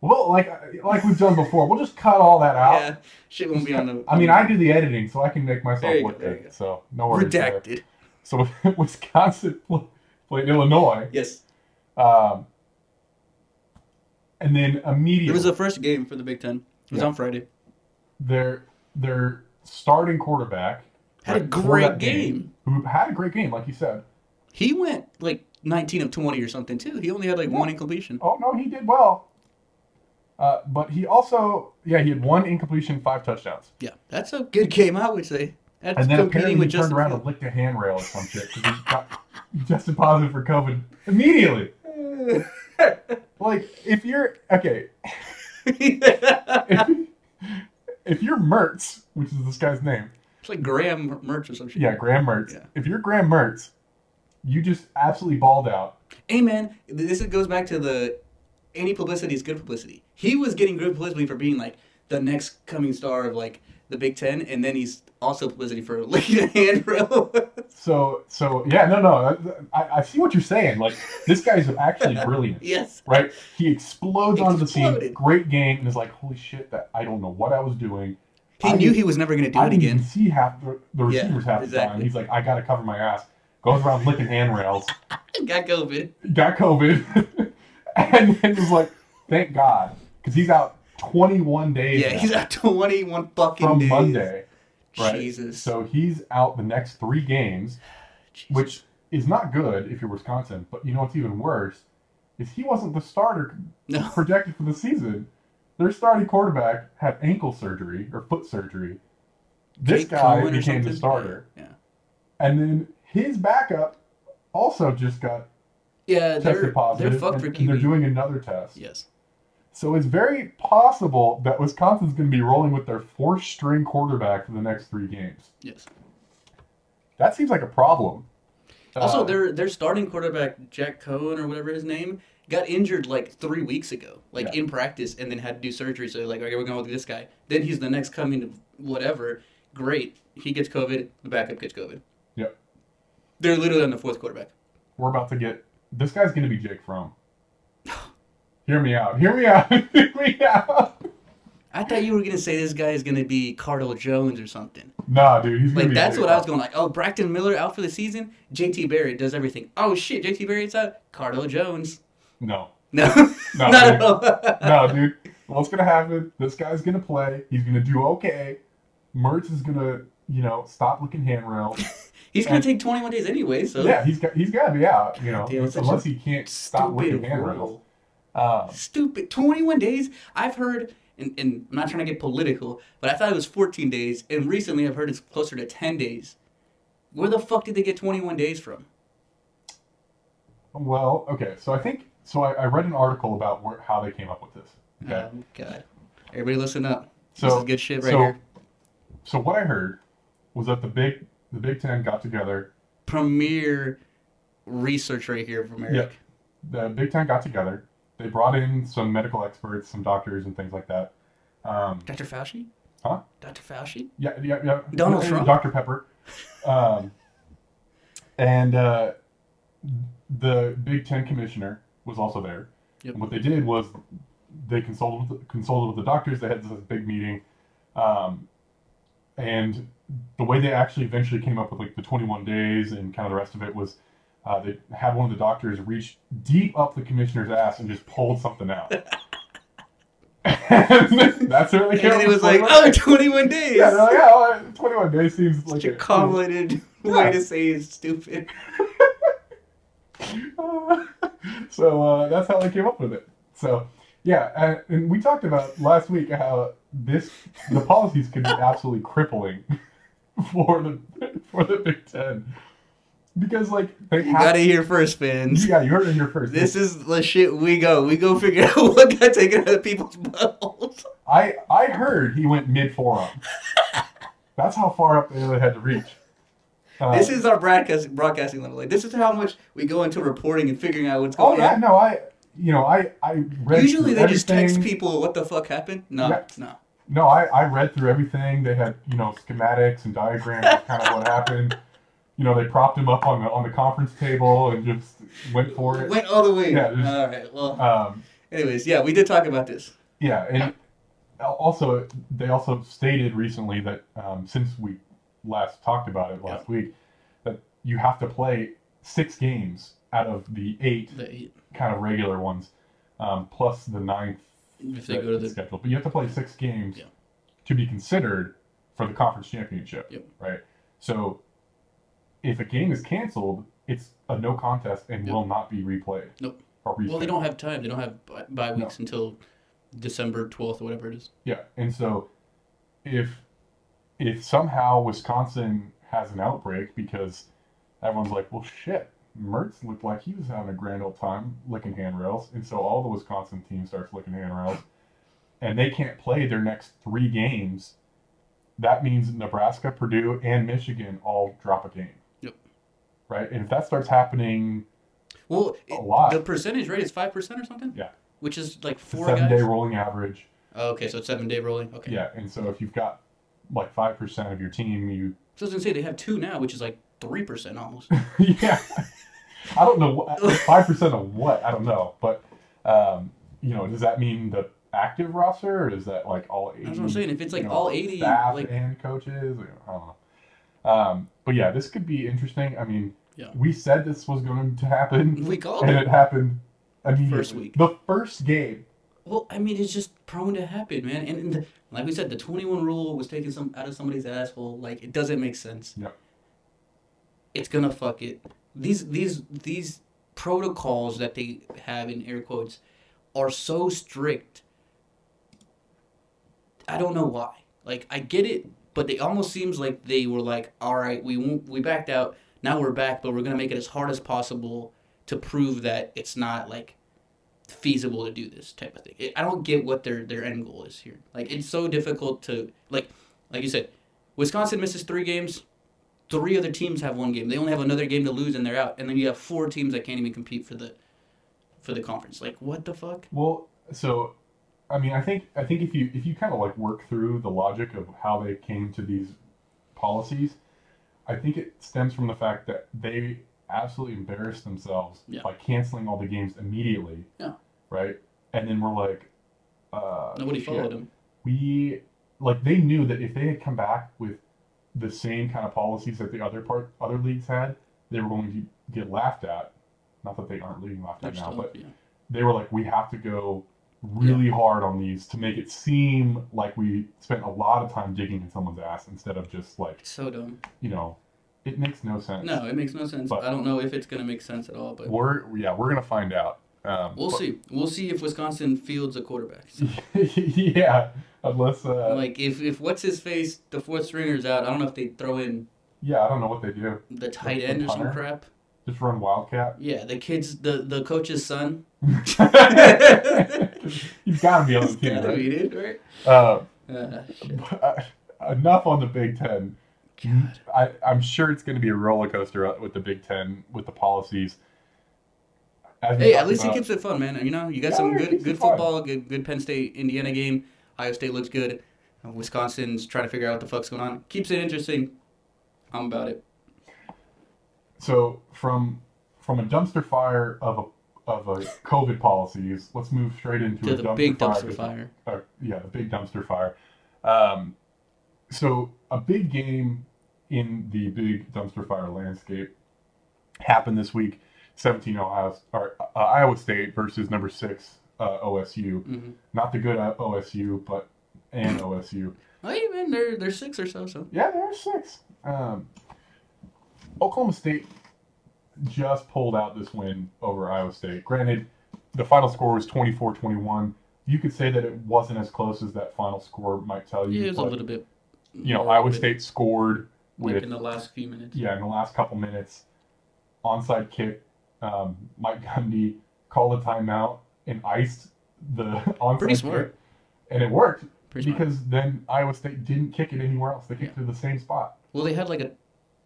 well, like like we've done before, we'll just cut all that out.
Yeah. Shit won't be on the.
I mean, I do the editing, so I can make myself
There you go,
look
there you
good.
go.
So no worries. there.
Redacted.
So Wisconsin pl- played Illinois,
Yes.
um, and then
It was
immediately
the first game for the Big Ten. It was
Yeah.
on Friday.
their their starting quarterback
Had a
right,
great
quarterback
game.
who had a great game, like you said.
He went like 19 of 20 or something, too. He only had like one incompletion.
Oh no, he did well. Uh, but he also, yeah, he had one incompletion, five touchdowns.
Yeah. That's a good game, I would say. That's
And then apparently he
competing with
turned
Justin
around
Fields.
and licked a handrail or some shit because he got tested positive for COVID immediately. Like, if you're okay, if, if you're Mertz, which is this guy's name,
it's like Graham merch or some shit.
yeah, Graham Mertz.
Yeah.
If you're Graham Mertz, you just absolutely balled out.
Hey man, this goes back to the any publicity is good publicity. He was getting good publicity for being like the next coming star of like the Big Ten, and then he's also publicity for licking a handrail.
So, so yeah, no, no, I, I see what you're saying. Like, this guy's actually brilliant.
yes,
right? He explodes onto the scene,
Exploded.
great game, and is like, "Holy shit! That I don't know what I was doing.
he
I
knew
didn't-
he was never going to do
I
it
didn't even
again.
see half the, the
Yeah,
receivers half the time."
exactly.
He's like, "I gotta cover my ass." Goes around licking handrails.
Got COVID.
Got COVID, and then was like, "Thank God," because he's out 21 days
Yeah,
now
he's at twenty-one fucking
from
days.
Monday. right?
Jesus.
So he's out the next three games,
Jesus.
which is not good if you're Wisconsin. But you know what's even worse is he wasn't the starter
no,
projected for the season. Their starting quarterback had ankle surgery or foot surgery. This
Jake
guy
Cohen or
became the
something?
starter.
Yeah,
And then his backup also just got
yeah, they're
tested positive.
they're fucked
and,
for
and they're
QB.
doing another test.
yes,
So it's very possible that Wisconsin's going to be rolling with their fourth string quarterback for the next three games.
yes.
That seems like a problem.
Also,
Uh,
their their starting quarterback Jack Cohen or whatever his name got injured like three weeks ago, like
Yeah.
in practice, and then had to do surgery. So they're like, okay, we're going with this guy. Then he's the next coming of whatever. Great, he gets COVID. The backup gets COVID.
Yep.
They're literally on the fourth quarterback.
we're about to get this guy's going to be Jake Fromm. Hear me out. Hear me out. Hear me out.
I thought you were gonna say this guy is gonna be Cardell Jones or something.
Nah, dude, he's gonna
Like
be
that's
Jake
what I was
Fromm.
going like. Oh, Braxton Miller out for the season. JT Barrett does everything. Oh shit, JT Barrett's out. Cardell Jones.
No,
No,
No,
not at
dude.
all.
no, dude. What's gonna happen? This guy's gonna play. He's gonna do okay. Mertz is gonna, you know, stop looking handrails.
He's gonna
And-
take 21 days anyway. So
yeah, he's got he's gotta be out. You know,
Damn, it's such
unless he can't stop looking
Stupid
handrails.
rule.
Uh,
Stupid. 21 days? I've heard, and, and I'm not trying to get political, but I thought it was 14 days, and recently I've heard it's closer to 10 days. Where the fuck did they get 21 days from?
well, okay. So I think so. I, I read an article about where, how they came up with this. Okay.
Oh, God. Everybody listen up. this
So-
is good shit right
so
here.
so what I heard was that the big the Big Ten got together.
Premier research right here from Eric.
Yep. The Big Ten got together. They brought in some medical experts, some doctors, and things like that. Um,
Dr. Fauci?
Huh?
Dr. Fauci?
Yeah, yeah, yeah.
Donald
Uh,
Trump?
Dr. Pepper. Um, and uh, the Big Ten commissioner was also there.
Yep.
And what they did was they consulted with, consulted with the doctors. They had this big meeting, um, and the way they actually eventually came up with like the 21 days and kind of the rest of it was uh, they had one of the doctors reach deep up the commissioner's ass and just pulled something out. that's where they came
And
up
then it
with
was like,
21
oh, 21 days!
yeah, they're like, oh, 21 days seems like
Such a
it."
convoluted
Yeah.
way to say it's stupid.
so uh, that's how they came up with it. So yeah, and, and we talked about last week how this the policies could be absolutely crippling for the for the Big Ten because like they
You
have-
got it here first, fans.
Yeah, you heard it here first.
This is the shit we go. We go figure out what got taken out of people's buttholes.
I I heard he went mid forearm. That's how far up they had to reach. Uh,
This is our broadcast, broadcasting level. Like, this is how much we go into reporting and figuring out what's
oh
going
yeah,
on.
no, I you know I I read
Usually
through
they just text
everything.
people what the fuck happened. No,
Yeah.
no.
No, I, I read through everything. They had you know schematics and diagrams of kind of what happened. You know, they propped him up on the on the conference table and just went for it.
Went all the way.
Yeah, just-
all right. Well,
Um,
anyways, yeah, we did talk about this.
yeah, and also they also stated recently that um, since we last talked about it last week, that you have to play six games out of the eight
They-
kind of regular ones, um, plus the ninth
If they
that
go to
is
the-
scheduled. But you have to play six games
Yeah.
to be considered for the conference championship,
Yep.
right? So if a game is canceled, it's a no contest and
Yep.
will not be replayed.
Nope.
Or rescheduled.
Well, they don't have time. They don't have bi- bye weeks until December 12th or whatever it is.
Yeah, and so if if somehow Wisconsin has an outbreak because everyone's like, well, shit, Mertz looked like he was having a grand old time licking handrails, and so all the Wisconsin team starts licking handrails, and they can't play their next three games. That means Nebraska, Purdue, and Michigan all drop a game.
Yep.
Right, and if that starts happening,
Well,
A
it-
lot.
the percentage rate is 5% or something?
Yeah.
Which is like
it's a
four
seven-day
guys.
rolling average.
Oh, okay, so it's seven day rolling. Okay.
Yeah, and so if you've got like five percent of your team, you
So I was going to say they have two now, which is like 3% almost.
yeah. I don't know five percent of what I don't know, but um, you know, does that mean the active roster, or is that like all eighty?
That's what I'm saying. If it's like
Mm-hmm. you know,
all 80,
staff
like,
and coaches, or, I don't know. Um, but yeah, this could be interesting. I mean,
Yeah.
we said this was going to happen,
we called
and
it.
it happened. Immediately.
week.
the first game.
Well, I mean, it's just prone to happen, man. And, and the, like we said, the 21 rule was taken some out of somebody's asshole. Like it doesn't make sense.
Yep.
It's gonna fuck it. These these these protocols that they have in air quotes are so strict. I don't know why. Like I get it, but they almost seems like they were like, all right, we won't, we backed out. Now we're back, but we're gonna make it as hard as possible to prove that it's not like feasible to do this type of thing. It, I don't get what their their end goal is here. Like it's so difficult to like like you said, Wisconsin misses three games. Three other teams have one game. They only have another game to lose and they're out. And then you have four teams that can't even compete for the for the conference. Like what the fuck?
Well, so I mean, I think I think if you if you kind of like work through the logic of how they came to these policies, I think it stems from the fact that they absolutely embarrassed themselves
Yeah.
by canceling all the games immediately.
Yeah.
Right, and then we're like, uh,
Nobody
shit.
followed them.
We like they knew that if they had come back with the same kind of policies that the other part other leagues had, they were going to get laughed at. Not that they aren't being laughed
They're
at now,
still-
but
yeah.
they were like, we have to go really hard on these to make it seem like we spent a lot of time digging in someone's ass instead of just like,
It's so dumb.
you know, it makes no sense.
No, it makes no sense.
But-
I don't know if it's gonna make sense at all, but
We're, yeah, we're going to find out. Um,
we'll see. We'll see if Wisconsin fields a quarterback.
see. yeah. Unless, uh,
like if if what's his face, the fourth stringer's out, I don't know if they throw in
yeah, I don't know what they do.
the tight
the
end or some
punter?
crap.
Just run Wildcat.
Yeah, the kids, the the coach's son.
You've got to be on the
It's
team,
gotta
right?
be, dude, right?
Uh,
Uh, shit.
enough on the Big Ten.
God.
I, I'm sure it's going to be a roller coaster with the Big Ten with the policies. As we
Hey, at
talked
least it
about-
keeps it fun, man. You know, you got
Yeah,
some
it
good
keeps it
good
fun.
football, good good Penn State Indiana game. Ohio State looks good. Uh, Wisconsin's trying to figure out what the fuck's going on. Keeps it interesting. I'm about it.
so from from a dumpster fire of a of a COVID policies, let's move straight into
To
a
the
dumpster
big
fire.
dumpster fire.
uh, yeah, the big dumpster fire. Um, so a big game in the big dumpster fire landscape happened this week. 17 Ohio or uh, Iowa State versus number six uh, OSU.
Mhm.
Not the good uh, OSU, but and OSU.
Hey, man, they're they're six or so. So
Yeah, there are six. Um, Oklahoma State just pulled out this win over Iowa State. Granted, the final score was 24 21. You could say that it wasn't as close as that final score might tell you.
yeah, it's a
but,
little bit.
you know,
more
Iowa
bit,
State scored
like
with,
in the last few minutes.
yeah, in the last couple minutes. onside kick. Um, Mike Gundy called a timeout and iced the onside
Pretty smart.
kick, and it worked
Pretty much.
because then Iowa State didn't kick it anywhere else. They kicked to the same spot.
Well, they had like a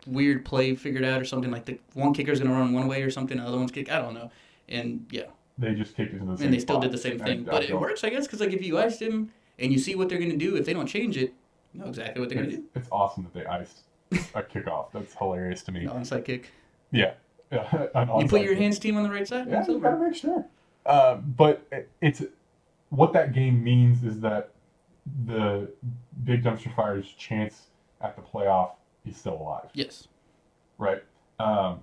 weird play figured out or something. Like the one kicker's gonna run one way or something, the other one's kick. I don't know. And yeah,
They just kicked it to the same.
and they still
spot.
did the same
I-
thing,
I
but it
don't-
works, I guess, because like if you ice them and you see what they're gonna do, if they don't change it, you know exactly what they're gonna
It's,
do.
it's awesome that they iced a kickoff. That's hilarious to me.
An onside kick.
Yeah. Yeah, an
You put
onside
your
kick.
hands team on the right side.
Yeah,
it's
you gotta
over.
make sure. Uh, but it- it's what that game means is that the big dumpster fire's chance at the playoff is still alive,
Yes.
right? Um,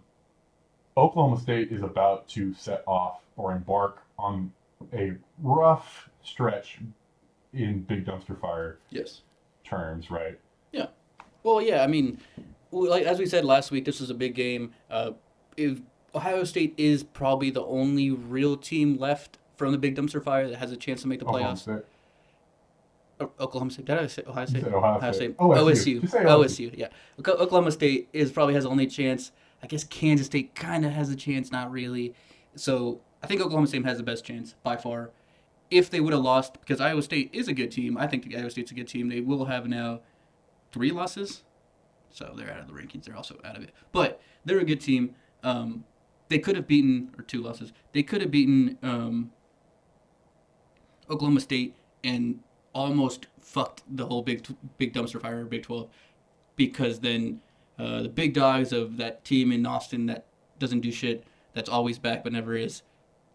Oklahoma State is about to set off or embark on a rough stretch in big dumpster fire
Yes.
terms, right?
Well, yeah. I mean, well, like as we said last week, this is a big game. Uh, if Ohio State is probably the only real team left from the Big Dumpster Fire that has a chance to make the
Oklahoma
playoffs.
State.
O- Oklahoma State. Did I say Ohio
You
State?
said Ohio,
Ohio State.
State. Oh,
OSU.
Just say
OSU. Yeah. Ok- Oklahoma State is probably has the only chance. I guess Kansas State kind of has a chance, not really. So I think Oklahoma State has the best chance by far. If they would have lost, because Iowa State is a good team, I think Iowa State's a good team. They will have now three losses, so they're out of the rankings. They're also out of it, but they're a good team. Um, they could have beaten or two losses. They could have beaten um, Oklahoma State and almost fucked the whole big big dumpster fire of Big Twelve because then uh, the big dogs of that team in Austin that doesn't do shit that's always back but never is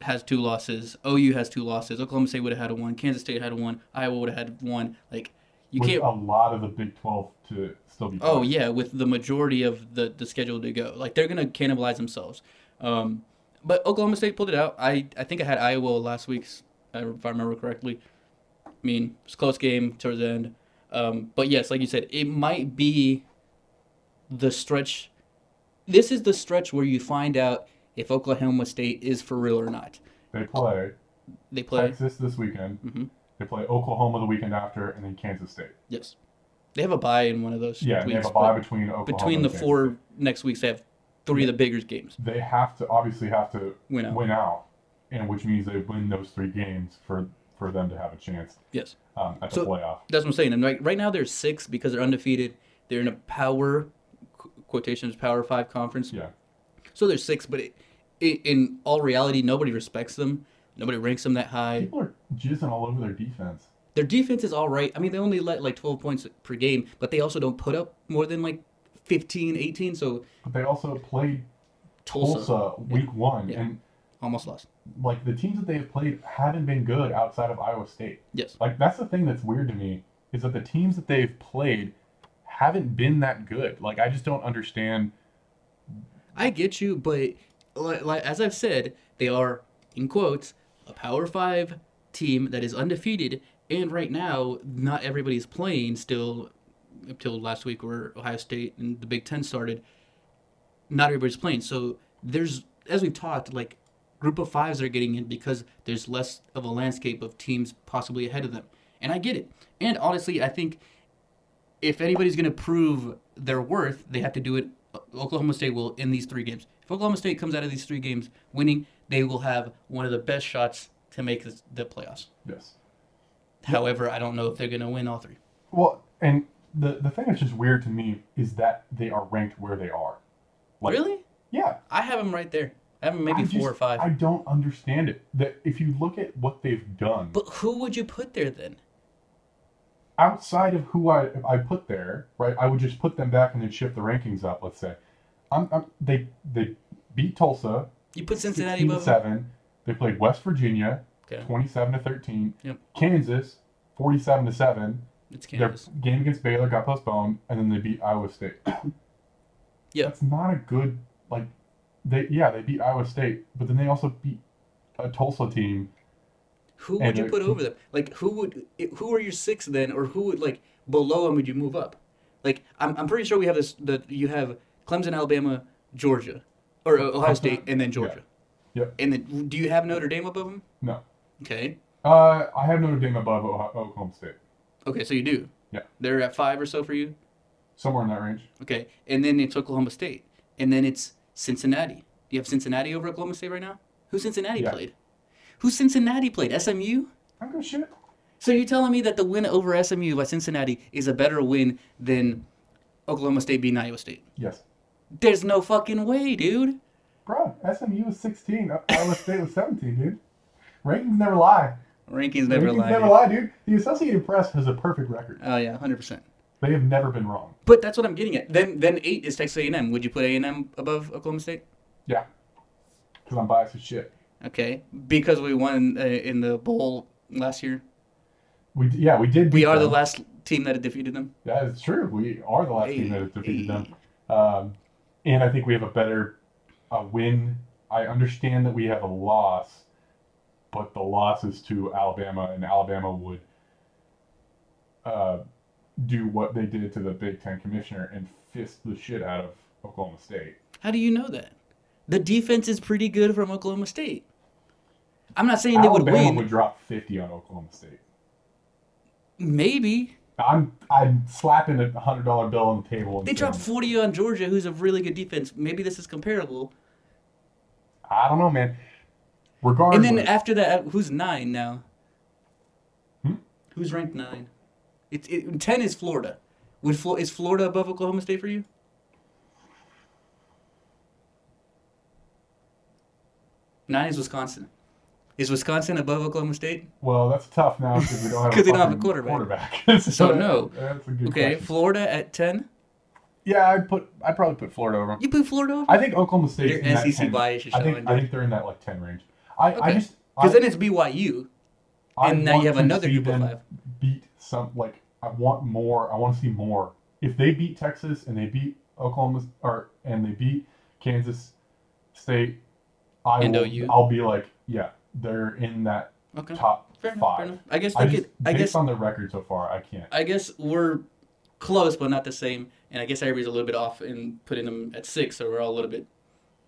has two losses. OU has two losses. Oklahoma State would have had a one. Kansas State had a one. Iowa would have had one. Like you
with
can't.
a lot of the Big Twelve to still be.
Oh
playing.
yeah, with the majority of the, the schedule to go, like they're gonna cannibalize themselves. Um, but Oklahoma State pulled it out. I, I think I had Iowa last week's, if I remember correctly. I mean, it's a close game towards the end. Um, but yes, like you said, it might be the stretch. This is the stretch where you find out if Oklahoma State is for real or not.
they play.
They play.
Texas this weekend.
Mhm.
They play Oklahoma the weekend after, and then Kansas State.
Yes, they have a bye in one of those.
Yeah,
weeks,
and they have a
but
bye between Oklahoma.
between
and
the
Kansas
four next weeks, they have three of the bigger games.
State. They have to obviously have to
Win out.
win out, and which means they win those three games for for them to have a chance
Yes.
um, at the
So-
playoff.
That's what I'm saying. And right, right now they're six because they're undefeated. They're in a power qu- quotations power five conference.
Yeah,
So they're six, but it, it, in all reality, nobody respects them. Nobody ranks them that high.
people are jizzing all over their defense.
Their defense is all right. I mean, they only let like 12 points per game, but they also don't put up more than like 15, 18. So
But they also played
Tulsa,
Tulsa, week one,
Yeah.
and
almost lost.
like the teams that they have played haven't been good outside of Iowa State.
Yes.
Like that's the thing that's weird to me is that the teams that they've played haven't been that good. Like I just don't understand.
I get you, but li- like, as I've said, they are in quotes a Power Five team that is undefeated, and right now not everybody's playing still. Until last week, where Ohio State and the Big Ten started, not everybody's playing. So there's, as we've talked, like group of fives are getting in because there's less of a landscape of teams possibly ahead of them, and I get it. And honestly, I think if anybody's going to prove their worth, they have to do it. uh, Oklahoma State will in these three games. If Oklahoma State comes out of these three games winning, they will have one of the best shots to make this, the playoffs.
Yes.
However, I don't know if they're going to win all three.
Well, and the the thing that's just weird to me is that they are ranked where they are. Like-
really?
Yeah,
I have them right there. I have them maybe
I
four
just-
or five.
I don't understand it. That if you look at what they've done
but who would you put there then?
outside of who I I put there, right? I would just put them back and then shift the rankings up. Let's say, I'm, I'm they they beat Tulsa
You put Cincinnati
16
above. them?
seven. They played West Virginia
Okay,
twenty seven to thirteen.
Yep.
Kansas forty seven to seven.
it's
Their
Kansas.
game against Baylor got postponed, and then they beat Iowa State.
Yeah.
that's not a good like. They yeah they beat Iowa State, but then they also beat a Tulsa team.
Who
and
would you
they're-
put over them? Like who would who are your six then, or who would like below them would you move up? Like I'm, I'm pretty sure we have this that you have Clemson, Alabama, Georgia, or uh, Ohio
Clemson,
State, and then Georgia.
Yep.
And then do you have Notre Dame above them?
No,
Okay.
uh, I have Notre Dame above Ohio- Oklahoma State,
Okay, so you do.
Yeah.
They're at five or so for you.
somewhere in that range.
Okay, and then it's Oklahoma State, and then it's Cincinnati, You have Cincinnati over Oklahoma State right now. Who Cincinnati
Yeah.
played? Who Cincinnati played? SMU.
I don't give a shit.
So you're telling me that the win over SMU by Cincinnati is a better win than Oklahoma State beating Iowa State?
Yes.
There's no fucking way, dude.
Bro, SMU was 16. Iowa State was 17, dude. Rankings never lie.
Rankings never
Rankings
lie.
never
dude.
lie, dude. The Associated Press has a perfect record.
Oh yeah, hundred percent.
They have never been wrong.
But that's what I'm getting at. Then then eight is Texas A&M. Would you put A&M above Oklahoma State?
Yeah. Because I'm biased as shit.
Okay, because we won uh, in the bowl last year.
We d- yeah we did.
We
beat
are the
them.
last team that had defeated them.
That is true. We are the last team that has defeated
Hey.
them, um, and I think we have a better uh, win. I understand that we have a loss, but the loss is to Alabama, and Alabama would uh, do what they did to the Big Ten commissioner and fist the shit out of Oklahoma State.
How do you know that? The defense is pretty good from Oklahoma State. I'm not saying they would
Alabama
win.
would drop fifty on Oklahoma State.
Maybe
I'm I'm slapping a hundred dollar bill on the table. and
they dropped
saying,
40 on Georgia, who's a really good defense. Maybe this is comparable.
I don't know, man. Regardless,
And then uh, after that, who's nine now?
Hmm?
Who's ranked nine? It, it, ten is Florida. Would Flo- is Florida above Oklahoma State for you? Nine is Wisconsin. Is Wisconsin above Okloma State?
Well, that's tough now because we don't have,
'Cause they don't have a
fucking
quarterback.
quarterback.
So, no.
That's a good
okay,
question.
Florida at ten.
Yeah, I'd put I'd probably put Florida over. 'em.
You put Florida over
I think Oklahoma State.
Your
in that
SEC
10
bias is
I
showing,
think I
dude.
think they're in that like ten range. I I
Okay.
just I,
because then it's BYU.
I
and now you
want
have
to
another
see
group of
them
five.
Beat some like I want more. I want to see more. If they beat Texas and they beat Oklahoma or and they beat Kansas State, I
And
will,
OU.
I'll be like, yeah, they're in that
Okay,
top
Mm, fair enough.
five.
Fair enough. I guess
I
they
just,
could. I
based
guess
on their record so far, I can't.
I guess we're close, but not the same. And I guess everybody's a little bit off in putting them at six, so we're all a little bit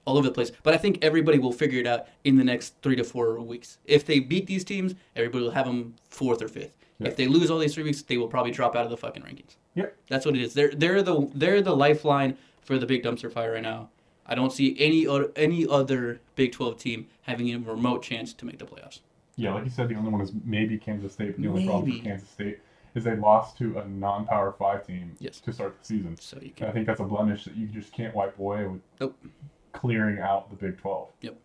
all over the place. But I think everybody will figure it out in the next three to four weeks. If they beat these teams, everybody will have them fourth or fifth.
Yeah.
If they lose all these three weeks, they will probably drop out of the fucking rankings.
Yep.
That's what it is. They're they're the they're the lifeline for the big dumpster fire right now. I don't see any other, any other Big Twelve team having a remote chance to make the playoffs.
Yeah, like you said, the only one is maybe Kansas State, but the only problem
Maybe.
for Kansas State is they lost to a non-power five team
Yes.
to start the season.
So you
And
can.
I think that's a blemish that you just can't wipe away with
Nope.
clearing out the Big Twelve.
Yep.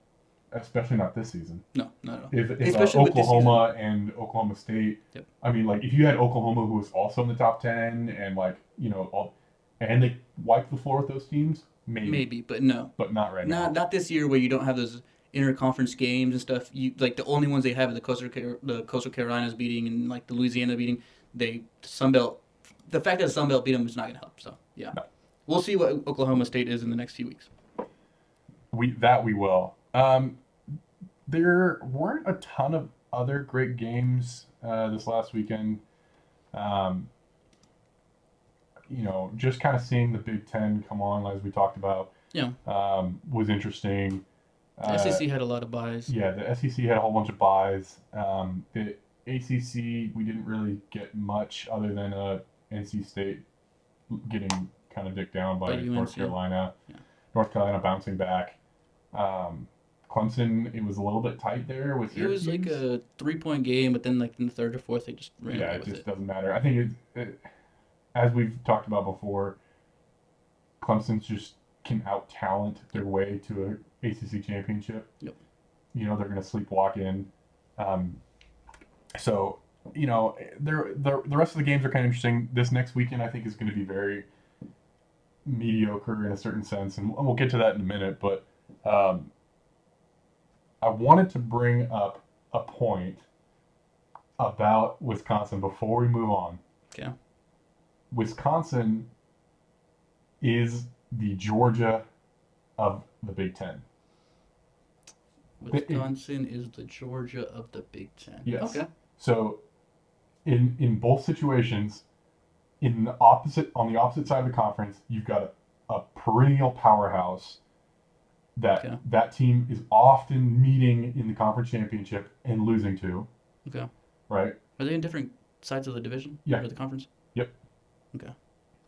Especially not this season.
No, not at all.
If, if uh,
Especially with this
Oklahoma and Oklahoma State,
Yep.
I mean, like if you had Oklahoma who was also in the top ten and like you know, all, and they wiped the floor with those teams, maybe,
Maybe, but no.
but not right
Not
now.
not this year where you don't have those interconference games and stuff. You like the only ones they have are the coastal Car- the coastal Carolinas beating and like the Louisiana beating. They Sun Belt. The fact that the Sun Belt beat them is not gonna help. So yeah, we'll see what Oklahoma State is in the next few weeks.
We that we will. Um, there weren't a ton of other great games uh, this last weekend. Um, you know, just kind of seeing the Big Ten come on, as we talked about,
Yeah, E
um, was interesting. Uh,
SEC had a lot of buys.
yeah, the SEC had a whole bunch of buys. Um, the ACC, we didn't really get much other than uh, NC State getting kind of dicked down by
By
North
UNC.
Carolina.
Yeah.
North Carolina bouncing back. Um, Clemson, it was a little bit tight there with
It was like
Syracuse.
a three point game, but then like in the third or fourth, they just ran
yeah,
away
it
with
just
it.
doesn't matter. I think it, it, as we've talked about before, Clemson's just can out talent their way to a ACC championship.
Yep.
You know they're going to sleepwalk in. Um, so you know there the the rest of the games are kind of interesting. This next weekend I think is going to be very mediocre in a certain sense, and we'll get to that in a minute. But um, I wanted to bring up a point about Wisconsin before we move on.
Okay.
Wisconsin is the Georgia of the Big Ten.
Wisconsin is the Georgia of the Big Ten.
Yes.
Okay.
So, in in both situations, in the opposite on the opposite side of the conference, you've got a, a perennial powerhouse. That
Okay.
that team is often meeting in the conference championship and losing to,
Okay.
right?
Are they in different sides of the division?
Yeah.
Or the conference?
Yep.
Okay.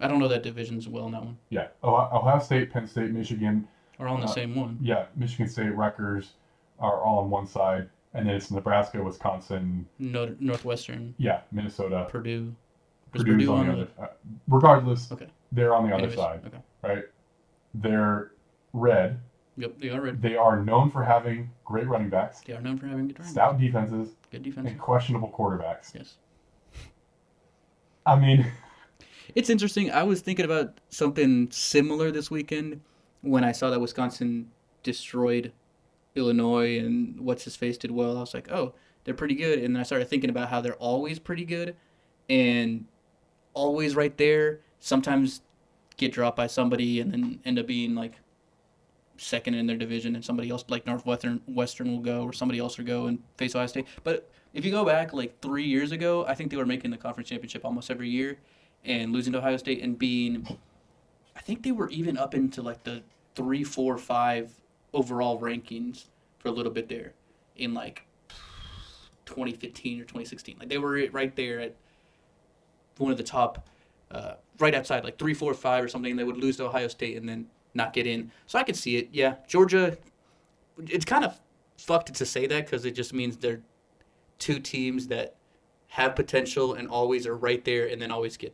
I don't know that divisions well in that one.
Yeah, Ohio, Ohio State, Penn State, Michigan,
Or on the
Uh,
same one.
Yeah, Michigan State, Rutgers are all on one side, and then it's Nebraska, Wisconsin,
No, Northwestern,
yeah, Minnesota,
Purdue. Was
Purdue's on, the other. Uh, regardless,
Okay.
they're on the other
anyways,
side,
Okay.
right? They're red.
Yep, they are red.
They are known for having great running backs,
They are known for having good running.
stout defenses,
Good defense.
and questionable quarterbacks.
Yes.
I mean,
It's interesting. I was thinking about something similar this weekend when I saw that Wisconsin destroyed Illinois and what's his face did well. I was like, oh, they're pretty good. And then I started thinking about how they're always pretty good and always right there. Sometimes get dropped by somebody and then end up being like second in their division and somebody else like Northwestern Western will go or somebody else will go and face Ohio State. But if you go back like three years ago, I think they were making the conference championship almost every year and losing to Ohio State and being I think they were even up into like the three, four, five overall rankings for a little bit there in like 2015 or 2016. Like they were right there at one of the top, uh, right outside, like three, four, five or something. And they would lose to Ohio State and then not get in. So I could see it. Yeah, Georgia. It's kind of fucked to say that because it just means they're two teams that have potential and always are right there and then always get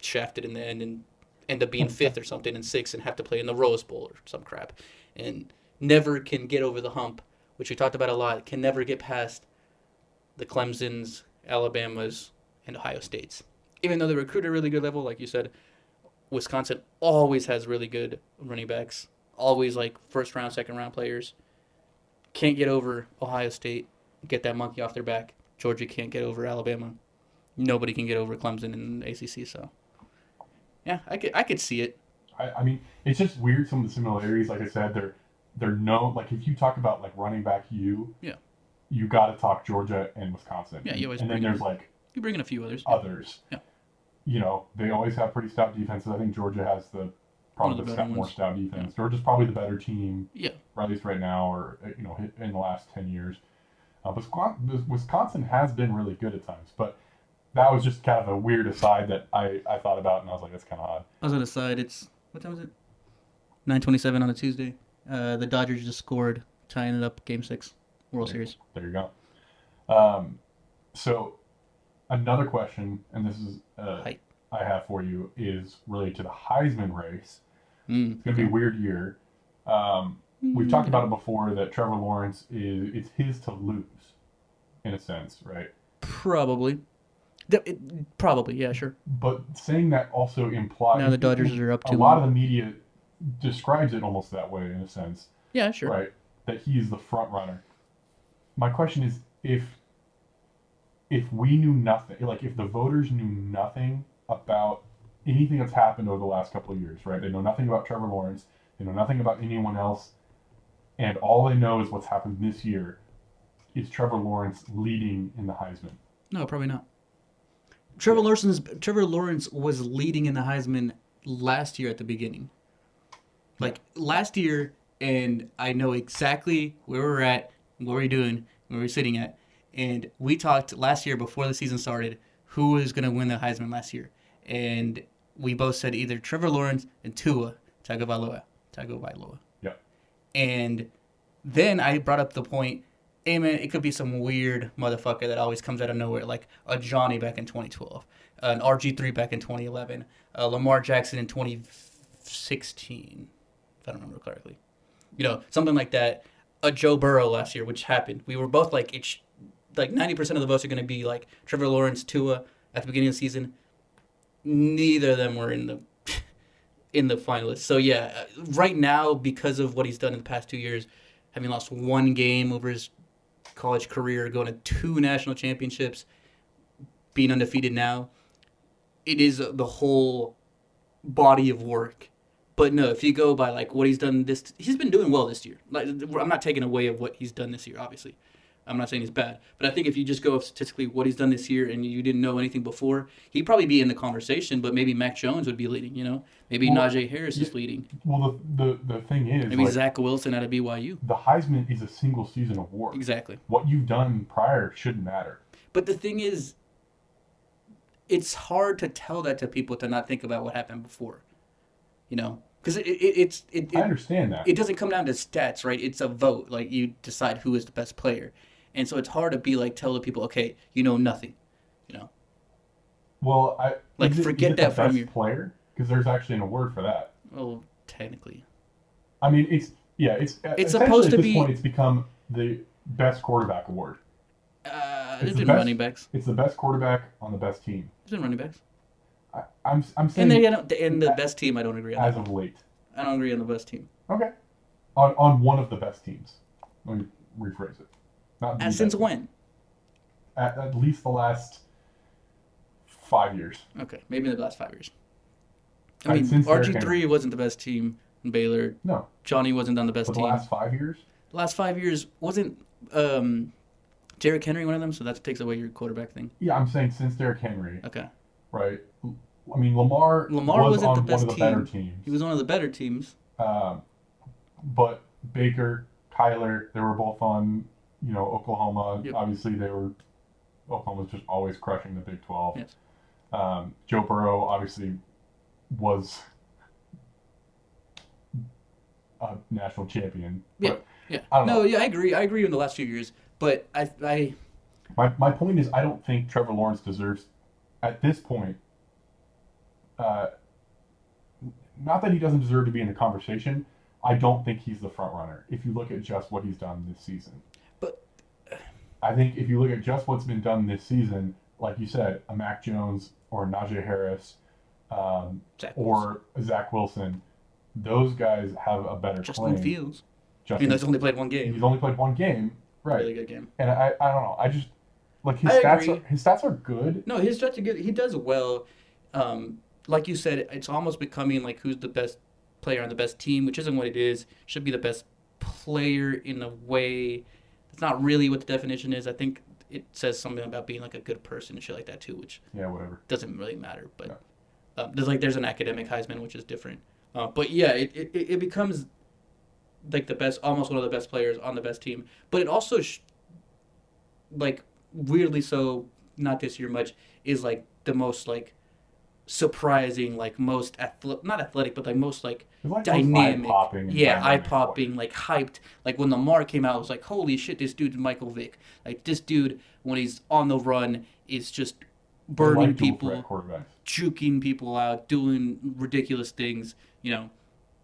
shafted in the end and end up being fifth or something and sixth and have to play in the Rose Bowl or some crap and never can get over the hump, which we talked about a lot, can never get past the Clemsons, Alabamas, and Ohio States. Even though they recruit at a really good level, like you said, Wisconsin always has really good running backs, always like first round, second round players. Can't get over Ohio State, get that monkey off their back. Georgia can't get over Alabama. Nobody can get over Clemson in the ACC, so. Yeah, I could I could see it.
I, I mean, it's just weird some of the similarities. Like I said, they're they're known. Like if you talk about like running back, you
Yeah.
you got to talk Georgia and Wisconsin.
Yeah, you always
and then
bring
there's
them.
like
You bring in a few others.
others.
Yeah.
You know, they always have pretty stout defenses. I think Georgia has the
One of
probably
the
the
better
stout, more
ones.
stout defense. Georgia's probably the better team,
Yeah,
or at least right now, or uh, you know, hi- in the last ten years. Uh, but Squ- Wisconsin has been really good at times, but that was just kind of a weird aside that I, I thought about, and I was like, that's kind of odd.
I was on the side. It's what time is it? Nine twenty-seven on a Tuesday. Uh, the Dodgers just scored, tying it up. Game six, World
Yeah.
Series.
There you go. Um, so another question, and this is uh,
Hi.
I have for you, is related to the Heisman race.
Mm.
It's going to be a weird year. Um, we've talked about it before that Trevor Lawrence is it's his to lose, in a sense, right?
probably. Th- it- probably, yeah, sure.
But saying that also implies
Now the Dodgers are up
A
two.
lot of the media describes it almost that way, in a sense.
yeah, sure.
right? That he is the front runner. My question is if if we knew nothing, like if the voters knew nothing about anything that's happened over the last couple of years, right? They know nothing about Trevor Lawrence, they know nothing about anyone else, and all they know is what's happened this year. Is Trevor Lawrence leading in the Heisman?
No, probably not. Trevor Lawrence. is- Trevor Lawrence was leading in the Heisman last year at the beginning. Like last year, and I know exactly where we're at, what we're doing, where we're sitting at. And we talked last year before the season started who was going to win the Heisman last year, and we both said either Trevor Lawrence and Tua Tagovailoa. Tagovailoa.
Yep.
And then I brought up the point, hey man, it could be some weird motherfucker that always comes out of nowhere, like a Johnny back in 2012, an RG3 back in 2011, uh, Lamar Jackson in 2016, if I don't remember correctly. You know, something like that. A Joe Burrow last year, which happened. We were both like, it's like 90% of the votes are going to be like Trevor Lawrence, Tua at the beginning of the season. Neither of them were in the in the finalists. So yeah, uh, right now because of what he's done in the past two years, having lost one game over his college career, going to two national championships, being undefeated now, it is uh, the whole body of work. But no, if you go by like what he's done this, he's been doing well this year. Like I'm not taking away of what he's done this year, obviously. I'm not saying he's bad, but I think if you just go off statistically what he's done this year and you didn't know anything before, he'd probably be in the conversation. But maybe Mac Jones would be leading, you know? Maybe
Well,
Najee Harris is leading.
Well, the the, the thing is,
Maybe
like,
Zach Wilson out of BYU.
the Heisman is a single season award.
Exactly.
What you've done prior shouldn't matter.
But the thing is, it's hard to tell that to people to not think about what happened before. You know, because it, it, it's it,
I
it
understand that.
it doesn't come down to stats, right? It's a vote. Like you decide who is the best player, and so it's hard to be like tell the people, okay, you know nothing, you know.
well, I
Like,
is it- is
forget
it the
that from
best
your-
player because there's actually a word for that.
Well, technically,
I mean, it's yeah, it's uh,
It's
essentially
supposed
at
to
this
be-
point, it's become the best quarterback award.
uh,
It's
there's
the
been
best-
running backs.
It's the best quarterback on the best team.
There's been running backs,
I, I'm I'm saying
and they don't. And the best team, I don't agree on.
as
That.
of late.
I don't agree on the best team.
Okay, on on one of the best teams. Let me rephrase it. Not the
And since
best.
when?
At, at least the last five years.
Okay, maybe in the last five years. I
Right,
mean,
since Derrick
RG three wasn't the best team in Baylor.
No,
Johnny wasn't on the best
but the
team.
last five years.
last five years wasn't um, Derrick Henry one of them, so that takes away your quarterback thing.
Yeah, I'm saying since Derrick Henry,
Okay,
right? I mean, Lamar.
Lamar
was
wasn't
on
the
one
best
of the
team.
better teams.
he was one of the better teams.
Um, but Baker, Kyler, they were both on, you know, Oklahoma.
Yep.
Obviously, they were. Oklahoma's just always crushing the Big Twelve.
Yes.
Um, Joe Burrow obviously was a national champion.
Yeah,
But
yeah.
I don't
No,
know.
yeah, I agree. I agree in the last few years, but I, I,
My my point is, I don't think Trevor Lawrence deserves at this point. Uh, not that he doesn't deserve to be in the conversation. I don't think he's the front runner. If you look at just what he's done this season,
But-
I think if you look at just what's been done this season, like you said, a Mac Jones or a Najee Harris, um,
Zach Wilson.
or Zach Wilson, those guys have a better
Justin
claim.
Fields. I
Justin,
Even though he's only played one game.
he's only played one game, right?
Really good game.
And I, I don't know. I just like his
I
stats.
agree.
Are, his stats are good.
No, he's such a good. He does well. Um, like you said, it's almost becoming like who's the best player on the best team, which isn't what it is. Should be the best player in a way. That's not really what the definition is. I think it says something about being like a good person and shit like that too, which
Yeah, whatever.
doesn't really matter. But
No.
um, there's like there's an academic Heisman, which is different. Uh, but yeah, it, it, it it becomes like the best, almost one of the best players on the best team. But it also, sh- like weirdly so, not this year much is like the most like surprising, like most athletic, not athletic, but like most like
He's like the most
dynamic,
eye-popping and
yeah, eye
dynamic
popping, like hyped. Like when Lamar came out, I was like, holy shit, this dude's Michael Vick. Like this dude, when he's on the run, is just
player. They
burning
like dual
people
threat quarterbacks.
juking people out, doing ridiculous things, you know,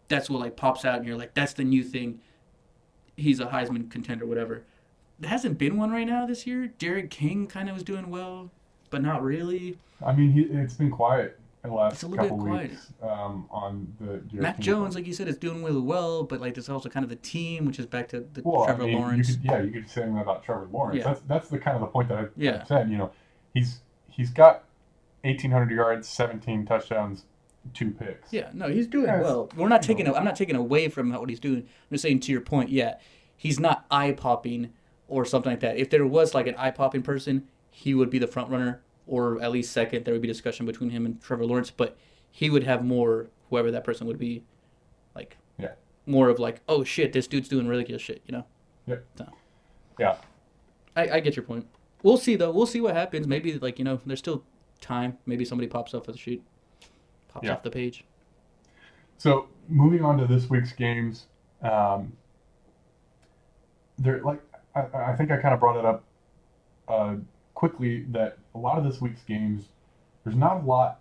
that's what like pops out and you're like, that's the new thing. He's a Heisman contender, whatever. There hasn't been one right now this year. Derek King kind of was doing well, but not really.
I mean, he, it's been quiet in the last
It's a little
couple
bit quiet.
weeks um, on the. European
Mac
front.
Jones, like you said, is doing really well, but like there's also kind of the team, which is back to the
Well,
Trevor
I mean,
Lawrence.
You could, yeah, you could say that about Trevor Lawrence.
Yeah.
That's that's the kind of the point that I
Yeah.
said. You know, he's he's got 1,800 yards, 17 touchdowns, two picks.
Yeah, no, he's doing
Yes.
well. We're not taking. I'm not taking away from what he's doing. I'm just saying to your point. Yeah, he's not eye popping or something like that. If there was like an eye popping person, he would be the front runner or at least second. There would be discussion between him and Trevor Lawrence, but he would have more. Whoever that person would be, like
Yeah.
more of like, oh shit, this dude's doing ridiculous shit. You know,
Yeah.
I, I get your point. We'll see though. We'll see what happens. Maybe like you know, there's still time. Maybe somebody pops off of the sheet, pops
Yeah.
off the page.
So moving on to this week's games, um, there like I, I think I kind of brought it up uh, quickly that a lot of this week's games, there's not a lot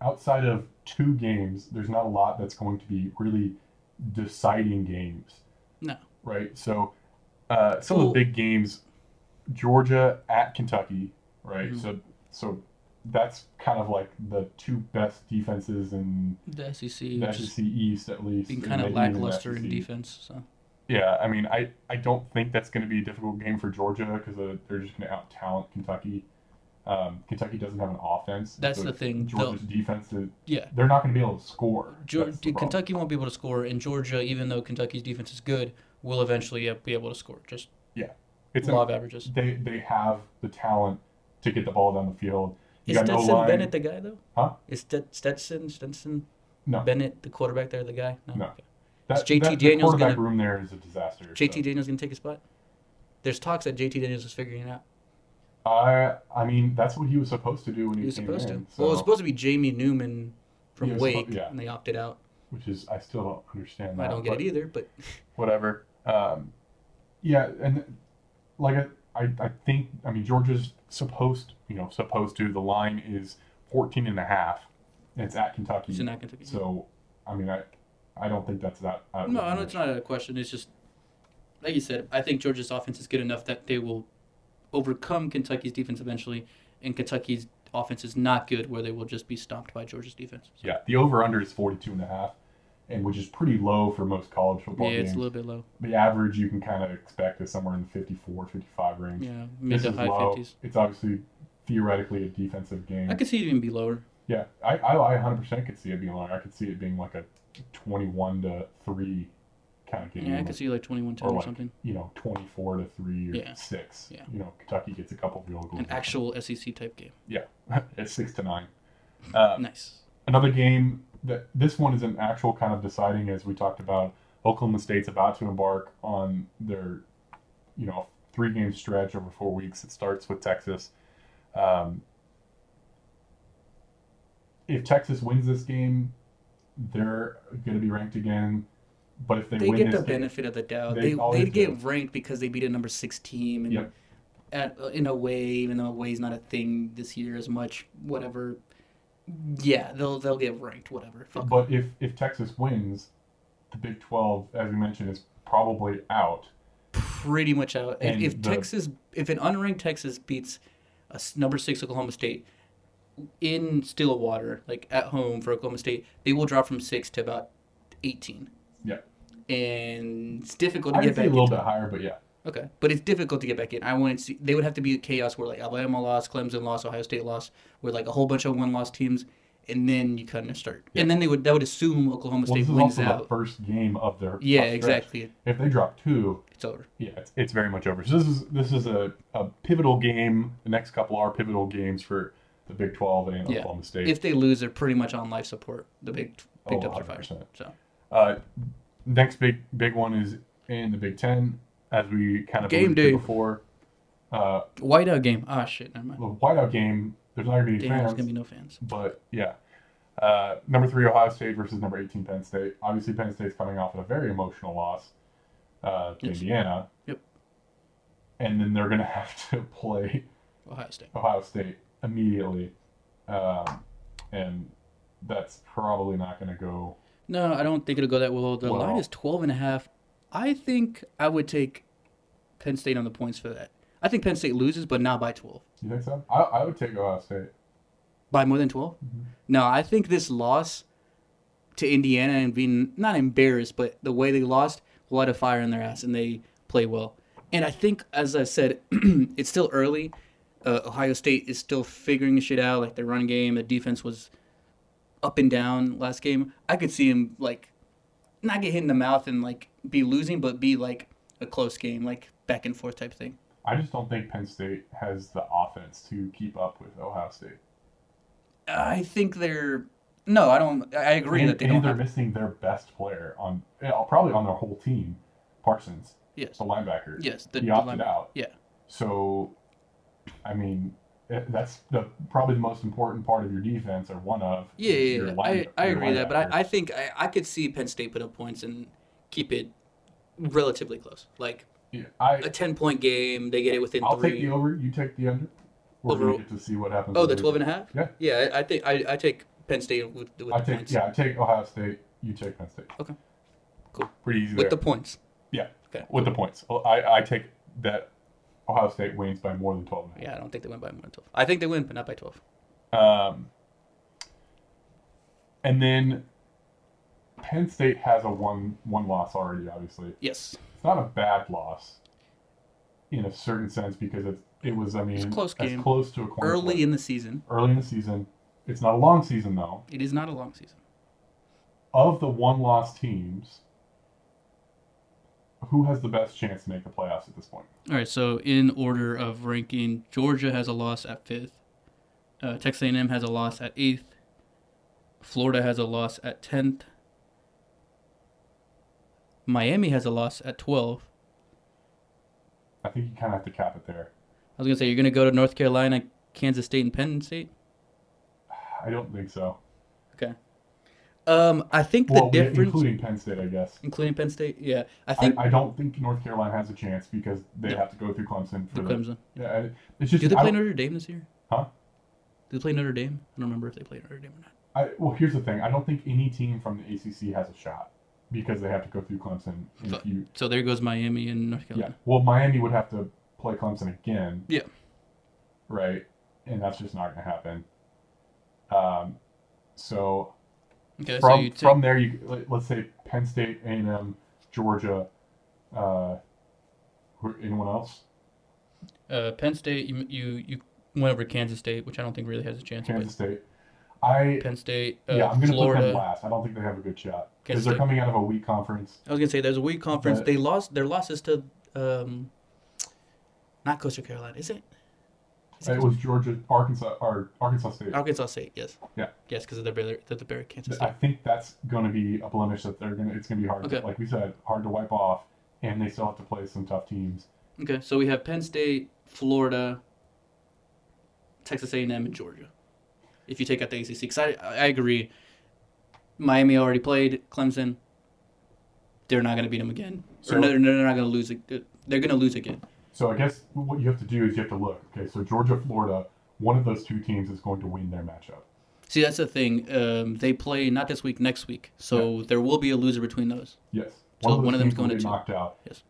outside of two games. There's not a lot that's going to be really deciding games,
No.
right? So uh, some of
Well-
the big games, Georgia at Kentucky, right?
Mhm.
So so that's kind of like the two best defenses in
The SEC,
the E
which has
SEC East at least.
been
and
kind of
maybe even the
lackluster in
SEC.
defense. So
Yeah, I mean, I, I don't think that's going to be a difficult game for Georgia because uh, they're just going to out talent Kentucky. Um, Kentucky doesn't have an offense.
That's
so
the thing.
Georgia's defense is
yeah,
they're not going to be able to score.
Geor-
That's the
dude,
problem.
Kentucky won't be able to score, and Georgia, even though Kentucky's defense is good, will eventually uh, be able to score. Just
It's
law
a,
of averages.
they they have the talent to get the ball down the field. You
Is
got no
Stetson
line.
Bennett the guy though?
Huh?
Is Stet- Stetson Stetson
No.
Bennett the quarterback there? The guy? No.
No.
Okay.
That,
is JT
that, the
Daniels
quarterback
gonna-
room there is a disaster.
JT
so.
Daniels gonna take his spot. There's talks that JT Daniels is figuring it out.
I I mean that's what he was supposed to do when he,
He was
came
supposed to.
in.
Well, it
so-
was supposed to be Jamie Newman
He
from
was suppo-
Wake,
yeah.
and they opted out.
which is I still don't understand that.
I don't get
but-
it either, but
whatever. Um, yeah, and like I, I think I mean Georgia's supposed you know supposed to the line is 14 and a half. And it's at Kentucky.
it's not Kentucky.
So I mean I I don't think that's that. out of
No,
the
I know it's not a question. It's just, like you said, I think Georgia's offense is good enough that they will overcome Kentucky's defense eventually, and Kentucky's offense is not good where they will just be stomped by Georgia's defense. So,
Yeah, the over under is 42 and a half, and which is pretty low for most college football
yeah, it's
games.
a little bit low.
the average you can kind of expect is somewhere in the 54, 55 range.
Yeah, mid
This
to
is
high
low.
50s.
It's obviously theoretically a defensive game.
I could see it even be lower.
Yeah, I, I, I 100% could see it being longer. I could see it being like a 21 to 3 kind of game.
Yeah, I could see like 21 10
Or
or,
like-
something.
You know, 24 to 3 or
Yeah.
6.
Yeah.
You know, Kentucky gets a couple field goals.
An actual SEC type game.
it's 6 to 9. Uh,
Nice.
another game that this one is an actual kind of deciding as we talked about oklahoma state's about to embark on their you know three game stretch over four weeks it starts with texas um, if texas wins this game they're going to be ranked again but if they,
They
win
get
this
the
game,
benefit of the doubt.
They
They
always
they get
do.
ranked because they beat a number six team and
Yep.
at, in a way, even though a way's not a thing this year as much, whatever. Yeah, they'll they'll get ranked, whatever. Fuck.
But if if Texas wins, the Big Twelve, as we mentioned, is probably out.
Pretty much out. If,
And
if
the-
Texas, if an unranked Texas beats a s- number six Oklahoma State in Stillwater, like at home for Oklahoma State, they will drop from six to about eighteen.
Yeah.
And it's difficult to
I
get
would
back
say a little
into
bit higher, but yeah,
Okay, but it's difficult to get back in. I want to see they would have to be chaos where like Alabama lost, Clemson lost, Ohio State lost, where like a whole bunch of one-loss teams, and then you kind of start. And then they would that would assume Oklahoma
well,
State
this is
wins
also the
out.
first game of their
Yeah,
tough stretch.
exactly.
If they drop two,
It's over.
yeah, it's, it's very much over. So this is this is a, a pivotal game. The next couple are pivotal games for the Big Twelve and
Yeah.
Oklahoma State.
If they lose, they're pretty much on life support. The big
Oh,
big Twelve are fired.
100%.
So
uh, next big big one is in the Big Ten, as we kind of
Game
alluded to
day.
before. Uh,
whiteout game. Ah shit, never
the
mind.
whiteout game. There's not gonna be any
Damn,
fans.
there's gonna be no fans.
But yeah, uh, number three Ohio State versus number eighteen Penn State. Obviously, Penn State's coming off of a very emotional loss uh, to
Yes.
Indiana.
Yep.
And then they're gonna have to play
Ohio State.
Ohio State immediately, um, and that's probably not gonna go.
No, I don't think it'll go that well. The
Well-
line is 12 and a half. I think I would take Penn State on the points for that. I think Penn State loses, but not by 12.
You think so? I, I would take Ohio State.
By more than 12?
Mm-hmm.
No, I think this loss to Indiana and being not embarrassed, but the way they lost will light a fire in their ass and they play well. And I think, as I said, it's still early. Uh, Ohio State is still figuring shit out. Like their run game, the defense was up and down last game. I could see him like not get hit in the mouth and like be losing, but be like a close game, like back and forth type thing.
I just don't think Penn State has the offense to keep up with Ohio State.
I think they're no, I don't. I agree
And,
that they
and
don't.
they're
Have,
missing their best player on yeah, probably on their whole team, Parsons.
yes,
the linebacker.
yes, the,
he
the
opted
line-
out.
Yeah.
So, I mean, eh, that's the probably the most important part of your defense, or one of.
Yeah,
is
yeah,
your
yeah.
line-
I, I
your
agree with that, but
linebacker.
I, I think I, I could see Penn State put up points and keep it relatively close. Like
Yeah, I
a 10 point game, they get it within
I'll take
three.
the over. You take the under. We're gonna
Over-
get to see what happens.
oh, the
over-
12 and a half?
Yeah.
Yeah, I, I think I, I take Penn State with, with the
I take
points.
yeah. I take Ohio State. You take Penn State.
Okay. Cool.
Pretty easy
with
there.
the points.
yeah.
Okay.
With the points, Well, I I take that Ohio State wins by more than twelve. and a half.
Yeah, I don't think they win by more than 12. I think they win, but not by 12.
Um. And then. Penn State has a one one loss already, obviously.
Yes.
it's not a bad loss in a certain sense because it's it was I mean
a close
as
game.
close to a coin flip.
Early in the season.
early in the season. It's not a long season though.
It is not a long season.
Of the one loss teams, who has the best chance to make the playoffs at this point?
All right, so in order of ranking, Georgia has a loss at fifth. Uh, Texas A&M has a loss at eighth. Florida has a loss at tenth. Miami has a loss at twelve.
I think you kind of have to cap it there.
I was gonna say you're gonna go to North Carolina, Kansas State, and Penn State.
I don't think so.
Okay. Um, I think the
Well, we-
difference, including,
including Penn State, I guess.
Penn State, yeah, I
I,
think
I don't think North Carolina has a chance because they
No.
have to go through Clemson for
the
the,
Clemson.
Yeah, I- it's just
Do they
I
play
don't-
Notre Dame this year?
Huh?
Do they play Notre Dame? I don't remember if they play Notre Dame or not.
I, well, here's the thing. I don't think any team from the ACC has a shot because they have to go through Clemson. And if
But-
you,
So there goes Miami and North
yeah.
Carolina.
Well, Miami would have to play Clemson again.
Yeah.
Right, and that's just not going to happen. Um, so
Okay,
from
so you take
from there, you let- let's say Penn State, A and M, Georgia. Uh, who- anyone else?
uh, Penn State. You, you you went over Kansas State, which I don't think really has a chance.
Kansas State. I
But Penn State, uh,
yeah, I'm going to put them
Florida.
last. I don't think they have a good shot because
Kansas
they're
State.
coming out of a weak conference.
I was gonna say there's a weak conference.
But-
they lost their losses to um, not Coastal Carolina, is it? Is
It was Georgia, Arkansas, or Arkansas State.
Arkansas State, yes.
Yeah.
Yes, because they're better. They're the better Kansas
Th- I
State.
think that's going to be a blemish that they're going to. It's going to be hard, to,
Okay.
like we said, hard to wipe off, and they still have to play some tough teams.
Okay, so we have Penn State, Florida, Texas A&M, and Georgia. If you take out the ACC, because I, I agree, Miami already played Clemson. They're not going to beat them again.
So-
or no, they're not going to lose. ag- They're going to lose again.
So I guess what you have to do is you have to look. Okay, so Georgia, Florida, one of those two teams is going to win their matchup.
See, that's the thing. Um, they play not this week, next week. So there will be a loser between those.
Yes,
So one of them's
teams will
going to
get
Ge-
knocked out.
Yes.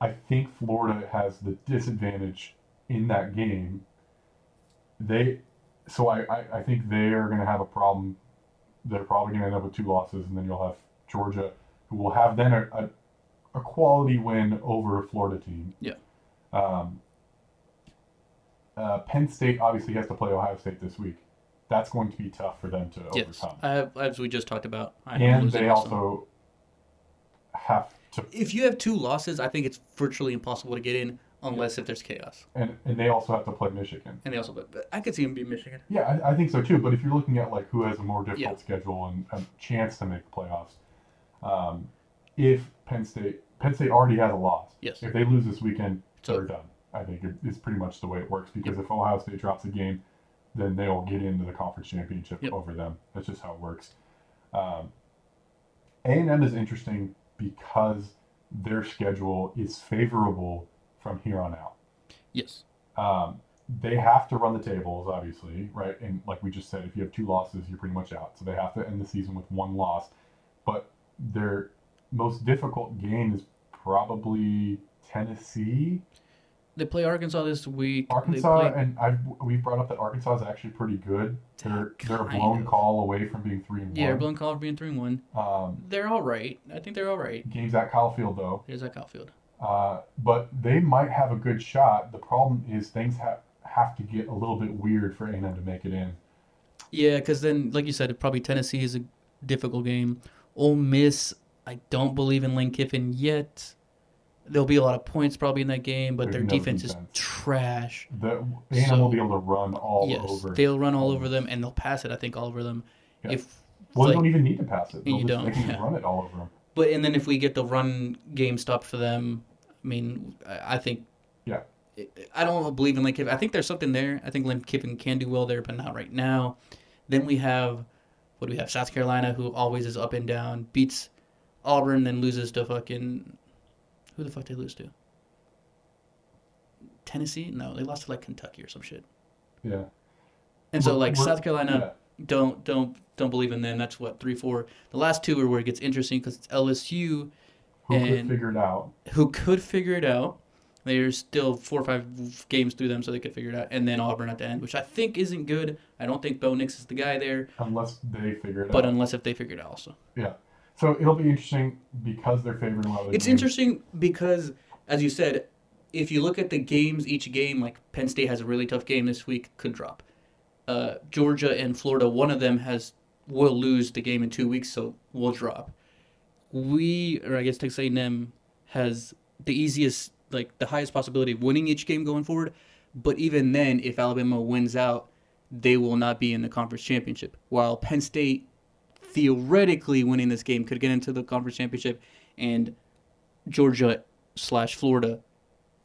I think Florida has the disadvantage in that game. They, so I, I, I think they are going to have a problem. They're probably going to end up with two losses, and then you'll have Georgia, who will have then a, a, a quality win over a Florida team.
Yeah.
Um, uh, Penn State obviously has to play Ohio State this week. That's going to be tough for them to
Yes,
overcome.
I have, as we just talked about. I have them
and
losing
they
also.
also have to
If you have two losses, I think it's virtually impossible to get in unless if there's chaos.
and, and they also have to play Michigan.
And they also, but, but I could see them beat Michigan.
Yeah, I, I think so too. But if you're looking at like who has a more difficult schedule and a chance to make the playoffs, um, if Penn State Penn State already has a loss,
Yes.
if they lose this weekend,
So-
they're done. I think it- it's pretty much the way it works because if Ohio State drops a game, then they'll get into the conference championship
Yep.
over them. That's just how it works. Um, A&M is interesting because their schedule is favorable from here on out.
Yes.
Um, they have to run the tables, obviously, right? And like we just said, if you have two losses, you're pretty much out. So they have to end the season with one loss. But their most difficult game is probably Tennessee,
They play Arkansas this week.
Arkansas,
They play,
and I've we've brought up that Arkansas is actually pretty good. They're they're a
Kind
blown
of.
call away from being three and
yeah,
one.
Blown Call for being three and one.
Um,
They're all right. I think they're all right.
games at Kyle Field though,
There's that outfield.
Uh, but they might have a good shot. The problem is things have have to get a little bit weird for A&M to make it in.
Yeah, because then, like you said, probably Tennessee is a difficult game. Ole Miss, I don't believe in Lane Kiffin yet. There'll be a lot of points probably in that game, but
There's
their
no
defense,
defense.
is trash.
The A&M
So-
will be able to run all
yes,
over.
they'll run all
Ole
over
Miss.
them and they'll pass it. I think all over them.
Yeah.
If
Well, they
like-
don't even need to pass it. They'll just,
You don't,
They can
yeah.
run it all over them.
but and then if we get the run game stopped for them, I mean, I I think.
Yeah.
I- I don't believe in Lane Kiffin. I think there's something there. I think Lane Kiffin can do well there, but not right now. Then we have, what do we have? South Carolina, who always is up and down, beats Auburn, then loses to fucking, who the fuck did they lose to? Tennessee? No, they lost to like Kentucky or some shit.
Yeah.
And so
We're-
like
we're-
South Carolina,
yeah.
don't don't don't believe in them. That's what three four. The last two are where it gets interesting because it's LSU
Who could
and-
figure it out?
who could figure it out. There's still four or five games through them, so they could figure it out. And then Auburn at the end, which I think isn't good. I don't think Bo Nix is the guy there,
Unless they figure it
but
out.
unless if they figure it out, also
yeah. So it'll be interesting because they're favored in a lot of the
it's
games.
interesting because as you said, if you look at the games, each game like Penn State has a really tough game this week, could drop. Uh, Georgia and Florida, one of them has will lose the game in two weeks, so will drop. we or I guess Texas A&M has the easiest like the highest possibility of winning each game going forward. But even then, if Alabama wins out, they will not be in the conference championship. While Penn State theoretically winning this game could get into the conference championship, and Georgia slash Florida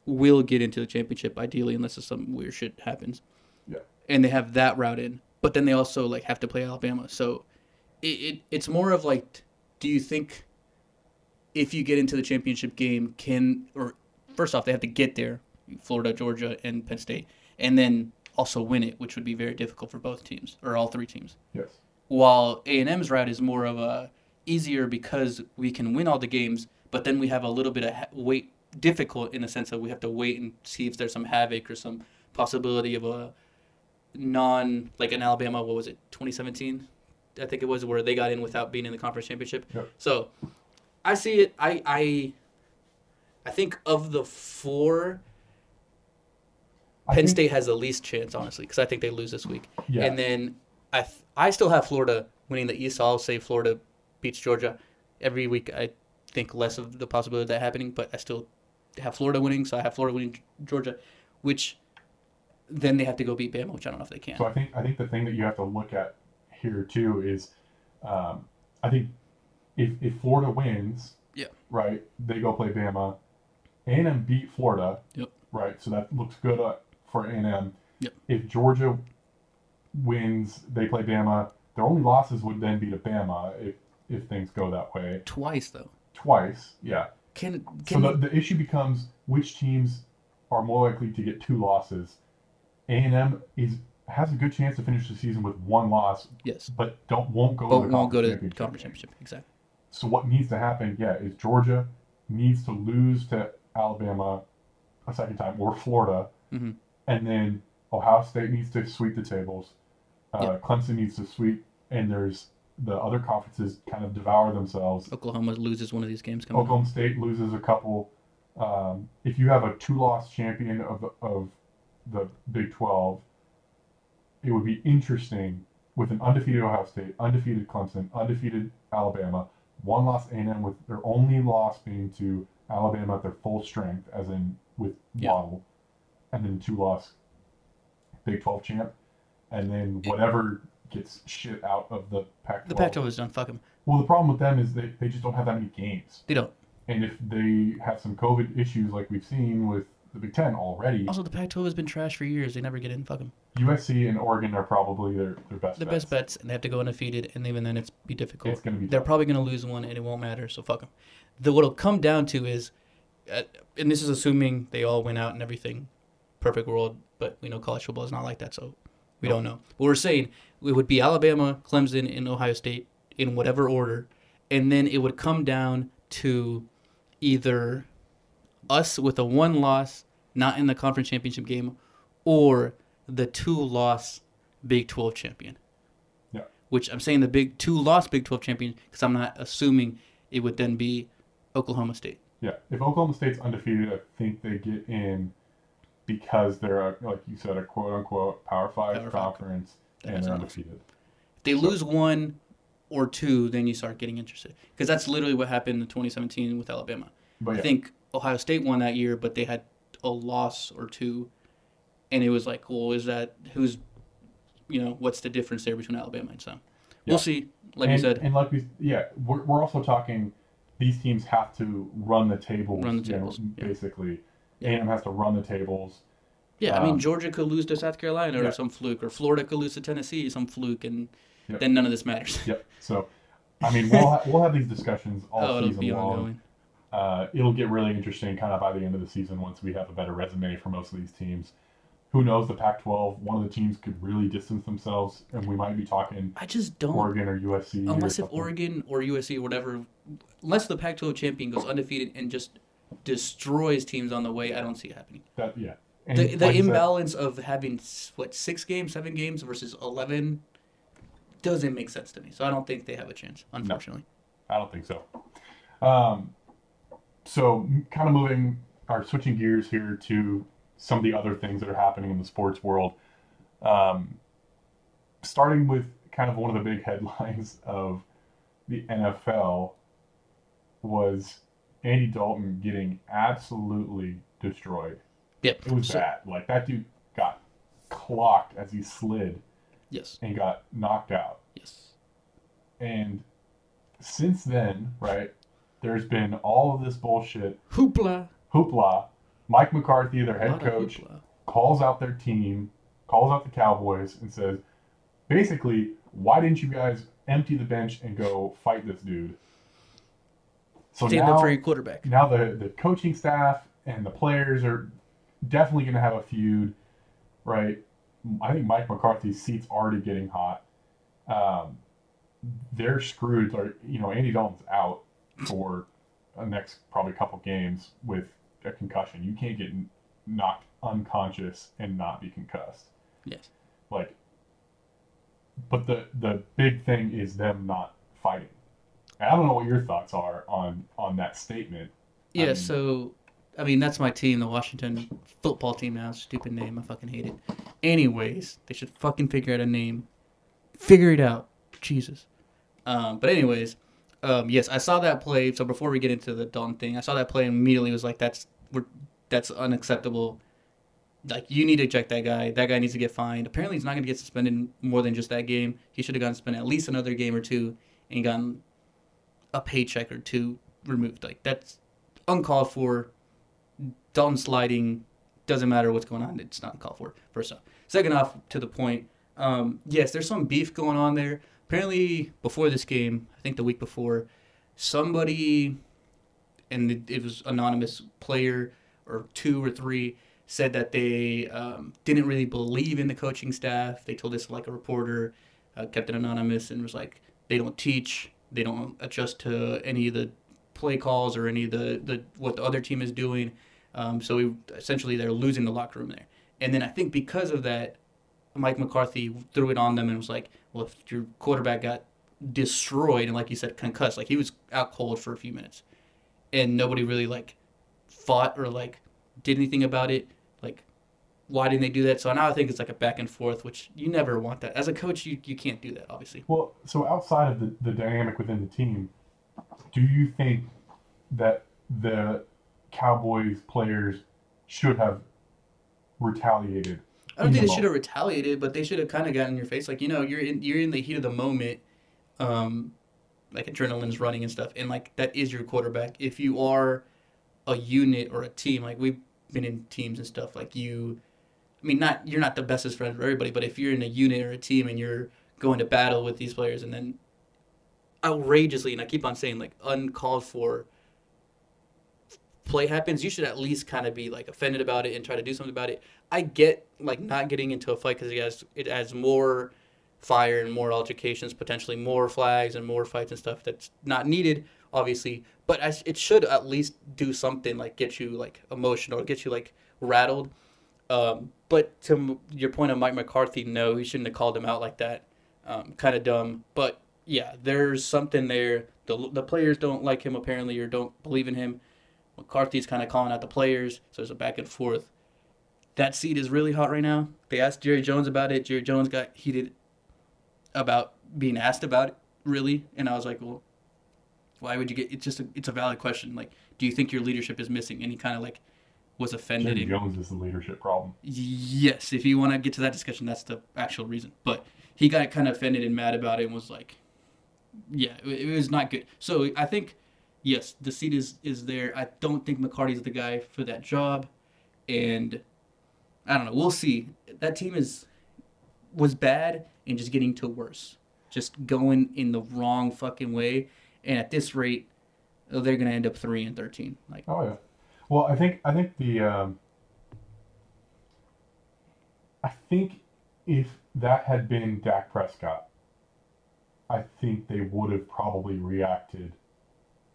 will get into the championship ideally, unless there's some weird shit happens.
Yeah.
And they have that route in, but then they also like have to play Alabama, so it, it it's more of like do you think if you get into the championship game can or first off they have to get there florida georgia and penn state and then also win it which would be very difficult for both teams or all three teams
Yes.
while a&m's route is more of a easier because we can win all the games but then we have a little bit of ha- wait difficult in the sense that we have to wait and see if there's some havoc or some possibility of a non like in alabama what was it 2017 i think it was where they got in without being in the conference championship
Yep.
so i see it i i i think of the four
I
Penn
think-
State has the least chance, honestly, because I think they lose this week.
Yeah.
And then I th- I still have Florida winning the East. So I'll say Florida beats Georgia every week. I think less of the possibility of that happening, but I still have Florida winning. So I have Florida winning G- Georgia, which then they have to go beat Bama, which I don't know if they can.
So I think I think the thing that you have to look at here too is, um, I think if if Florida wins,
Yeah.
right, they go play Bama, and M beat Florida,
Yep.
right, so that looks good uh, for A and M.
Yep.
If Georgia wins, they play Bama. Their only losses would then be to Bama if if things go that way
Twice though.
twice. Yeah.
Can
So
can
the, the issue becomes which teams are more likely to get two losses. A and M is has a good chance to finish the season with one loss,
yes,
but don't won't go
but
to the
won't go to
championship.
conference championship exactly.
So what needs to happen? Yeah, is Georgia needs to lose to Alabama a second time or Florida,
Mhm.
and then Ohio State needs to sweep the tables. Uh,
Yeah.
Clemson needs to sweep, and there's the other conferences kind of devour themselves.
Oklahoma loses one of these games coming. up.
Oklahoma State loses a couple. Um, if you have a two-loss champion of of the Big Twelve, it would be interesting with an undefeated Ohio State, undefeated Clemson, undefeated Alabama, one loss A&M with their only loss being to Alabama at their full strength, as in with
Yeah.
Waddle, and then two-loss Big Twelve champ, and then whatever gets shit out of the Pac-12.
The Pac-12 is done. Fuck them.
Well, the problem with them is they, they just don't have that many games.
They don't.
And if they have some COVID issues like we've seen with the Big Ten already,
Also, the Pac-12 has been trash for years. They never get in. Fuck them.
USC and Oregon are probably their, their best
the
bets.
best bets, and they have to go undefeated, and even then, it's be difficult.
It's gonna be
They're
tough.
probably going to lose one, and it won't matter. So fuck them. The what'll come down to is, uh, and this is assuming they all went out and everything, perfect world. But we know college football is not like that, so we don't know. But we're saying it would be Alabama, Clemson, and Ohio State in whatever order, and then it would come down to either us with a one loss, not in the conference championship game, or the two loss Big 12 champion.
Yeah.
Which I'm saying the Big Two lost Big 12 champion because I'm not assuming it would then be Oklahoma State.
Yeah. If Oklahoma State's undefeated, I think they get in because they're, a, like you said, a quote unquote Power Five
Power Five.
conference
That
and
is
they're
awesome.
undefeated.
If they lose one or two, then you start getting interested because that's literally what happened in 2017 with Alabama.
But
I
yeah,
think Ohio State won that year, but they had a loss or two, and it was like, well, is that who's, you know, what's the difference there between Alabama and some?
Yeah.
We'll see. Like
and,
you said,
and like we, yeah, we're, we're also talking these teams have to run the tables.
Run the
you know,
tables, yeah.
basically.
Yeah.
A&M has to run the tables.
Yeah, I mean
Um,
Georgia could lose to South Carolina or
yeah.
some fluke, or Florida could lose to Tennessee, some fluke, and
Yep.
then none of this matters.
Yep. So, I mean, we'll ha- we'll have these discussions all
oh, it'll
season
be
long.
ongoing.
uh, it'll get really interesting kind of by the end of the season once we have a better resume for most of these teams. Who knows? The Pac-12, one of the teams could really distance themselves, and we might be talking
I just don't,
Oregon or USC. or
Oh. unless if
something.
Oregon or USC or whatever, unless the Pac-12 champion goes undefeated and just destroys teams on the way, I don't see it happening.
that yeah, and
The, the
like you said,
imbalance of having s- what six games, seven games versus eleven doesn't make sense to me. So I don't think they have a chance, unfortunately.
I don't think so. Um, so kind of moving or switching gears here to some of the other things that are happening in the sports world. Um, starting with kind of one of the big headlines of the NFL was Andy Dalton getting absolutely destroyed.
Yep.
It was
So-
bad. Like that dude got clocked as he slid
Yes.
and got knocked out.
Yes.
And since then, right, there's been all of this bullshit.
Hoopla.
Hoopla. Mike McCarthy, their
A
head
lot of
coach,
hoopla.
calls out their team, calls out the Cowboys, and says, basically, why didn't you guys empty the bench and go fight this dude? So
Stand
now,
up for your quarterback.
now the the coaching staff and the players are definitely going to have a feud, right? I think Mike McCarthy's seat's already getting hot. Um, they're screwed. Or you know, Andy Dalton's out for the next probably couple games with a concussion. You can't get knocked unconscious and not be concussed.
Yes.
Like, but the the big thing is them not fighting. And I don't know what your thoughts are on on that statement.
Yeah,
mean-
so I mean that's my team, the Washington football team now. Stupid name, I fucking hate it. Anyways, they should fucking figure out a name. Figure it out. Jesus. Um, but anyways, um, yes, I saw that play. So before we get into the Dalton thing, I saw that play and immediately was like, that's we're, that's unacceptable. Like you need to eject that guy. That guy needs to get fined. Apparently, he's not going to get suspended more than just that game. He should have gotten suspended at least another game or two and gotten a paycheck or two removed. Like that's uncalled for. Dalton sliding doesn't matter what's going on. It's not uncalled for. First off, second off, to the point. Um, yes, there's some beef going on there. Apparently, before this game, I think the week before, somebody, and it, it was anonymous player or two or three, said that they um, didn't really believe in the coaching staff. They told this like a reporter, uh, kept it anonymous, and was like, they don't teach, they don't adjust to any of the play calls or any of the, the what the other team is doing. Um, so we, essentially, they're losing the locker room there. And then I think because of that, Mike McCarthy threw it on them and was like, "Well, if your quarterback got destroyed and like you said, concussed, like he was out cold for a few minutes, and nobody really like fought or like did anything about it, like." Why didn't they do that? So now I think it's like a back and forth, which you never want that. As a coach, you, you can't do that, obviously.
Well, so outside of the, the dynamic within the team, do you think that the Cowboys players should have retaliated?
I don't
in
think
the
they should have
moment?
retaliated, but they should have kind of gotten in your face, like you know, you're in you're in the heat of the moment, um, like adrenaline's running and stuff, and like that is your quarterback. If you are a unit or a team, like we've been in teams and stuff, like you, I mean, not you're not the bestest friend for everybody, but if you're in a unit or a team and you're going to battle with these players, and then outrageously, and I keep on saying like uncalled for play happens, you should at least kind of be like offended about it and try to do something about it. I get like not getting into a fight because it has it adds more fire and more altercations, potentially more flags and more fights and stuff that's not needed, obviously. But I, it should at least do something like get you like emotional, get you like rattled. Um, but to m- your point on Mike McCarthy, no, he shouldn't have called him out like that. Um, kind of dumb, but yeah, there's something there. The the players don't like him apparently, or don't believe in him. McCarthy's kind of calling out the players, so there's a back and forth. That seat is really hot right now. They asked Jerry Jones about it. Jerry Jones got heated about being asked about it, really, and I was like, well, why would you get? It's just a, it's a valid question. Like, do you think your leadership is missing? And he kind of like was offended.
Jerry
and-
Jones is the leadership problem.
Yes, if you want to get to that discussion, that's the actual reason. But he got kind of offended and mad about it and was like, yeah, it, it was not good. So I think, yes, the seat is, is there. I don't think McCarty's the guy for that job. And I don't know. We'll see. That team is was bad and just getting to worse. Just going in the wrong fucking way. And at this rate, they're going to end up 3 and 13. Like,
Oh yeah. Well, I think I think the um, I think if that had been Dak Prescott, I think they would have probably reacted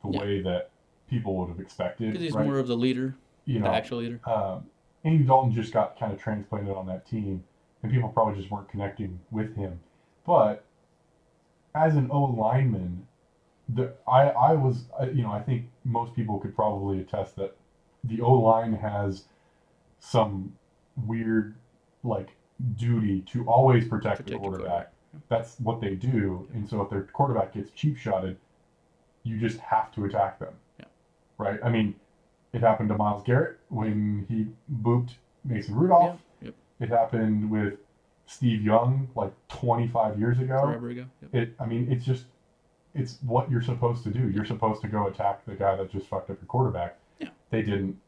the
Yeah.
way that people would have expected.
because he's
right?
more of the leader,
you know,
the actual leader.
um, Andy Dalton just got kind of transplanted on that team, and people probably just weren't connecting with him. But as an O lineman, the I I was I, you know I think most people could probably attest that the O line has some weird like duty to always protect,
Protect your
the quarterback.
quarterback.
That's what they do, and so if their quarterback gets cheap shotted, you just have to attack them.
Yeah.
Right? I mean, it happened to Miles Garrett when he booped Mason Rudolph.
Yeah, yep.
It happened with Steve Young like 25 years ago.
Forever ago. Yep.
It, I mean, it's just, it's what you're supposed to do. You're supposed to go attack the guy that just fucked up your quarterback.
Yeah.
They didn't.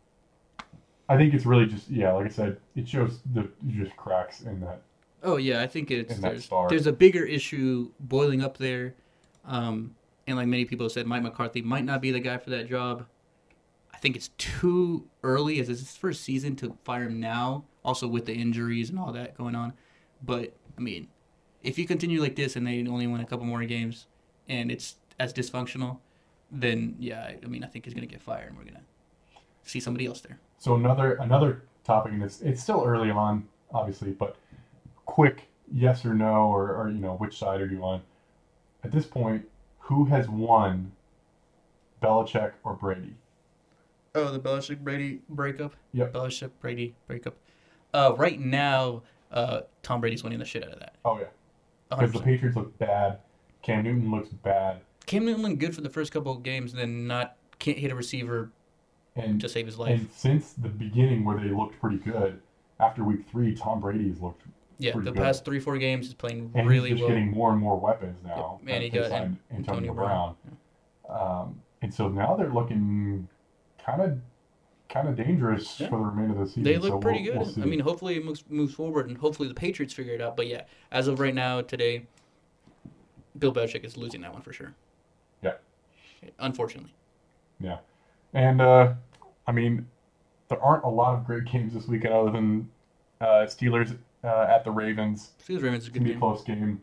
I think it's really just, yeah, like I said, it shows the just cracks in that
Oh yeah, I think it's
And that
there's,
star.
there's a bigger issue boiling up there, um, and like many people have said, Mike McCarthy might not be the guy for that job. I think it's too early as it's his first season to fire him now. Also with the injuries and all that going on, but I mean, if you continue like this and they only win a couple more games, and it's as dysfunctional, then yeah, I- I mean I think he's gonna get fired and we're gonna see somebody else there.
So another another topic, and it's it's still early on, obviously, but quick yes or no, or, or you know which side are you on? At this point, who has won, Belichick or Brady?
Oh, the Belichick Brady breakup.
Yep.
Belichick Brady breakup. Uh, right now, uh, Tom Brady's winning the shit out of that.
Oh yeah,
A
because
hundred
the
percent.
Patriots look bad. Cam Newton looks bad,
Cam Newton looked good for the first couple of games, then not can't hit a receiver
and
to save his life.
and since the beginning where they looked pretty good, after week three, Tom Brady has looked
yeah, the
pretty good.
past three four games, he's playing
and
really
he's just
well.
getting more and more weapons now.
Yep, and he
that they
got- and
signed Antonio
Antonio
Brown,
Brown,
Um, and so now they're looking kind of kind of dangerous
Yeah.
for the remainder of the season.
They look
so
pretty
we'll- we'll
good.
see.
I mean, hopefully it moves, moves forward, and hopefully the Patriots figure it out. But yeah, as of right now today, Bill Belichick is losing that one for sure.
Yeah.
Unfortunately.
and uh, I mean, there aren't a lot of great games this weekend other than uh, Steelers uh, at the Ravens.
Steelers Ravens
It's
is a
gonna
good
be a
game.
close game.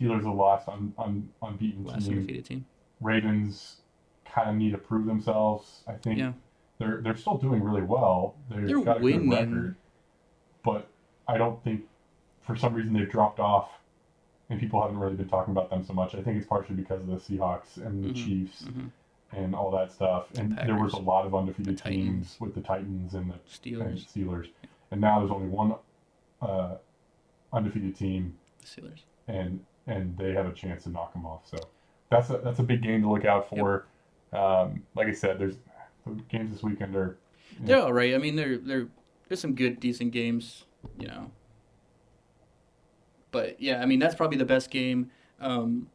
Steelers are lost on on unbeaten
Last
team.
undefeated team.
Ravens kind of need to prove themselves. I think
Yeah.
they're they're still doing really well. They've
They're
got a
winning.
good record, but I don't think for some reason they've dropped off, and people haven't really been talking about them so much. I think it's partially because of the Seahawks and the
Mhm,
Chiefs
mhm.
and all that stuff. And there was a
Packers.
lot of undefeated
The Titans.
teams with the Titans and the and
Steelers.
Steelers, and now there's only one uh, undefeated team
Steelers.
and and they have a chance to knock them off. So that's a that's a big game to look out for. Um, like I said, there's the games this weekend are Yeah.
They're all right. I mean, they're they're there's some good, decent games, you know. But yeah, I mean that's probably the best game. Um,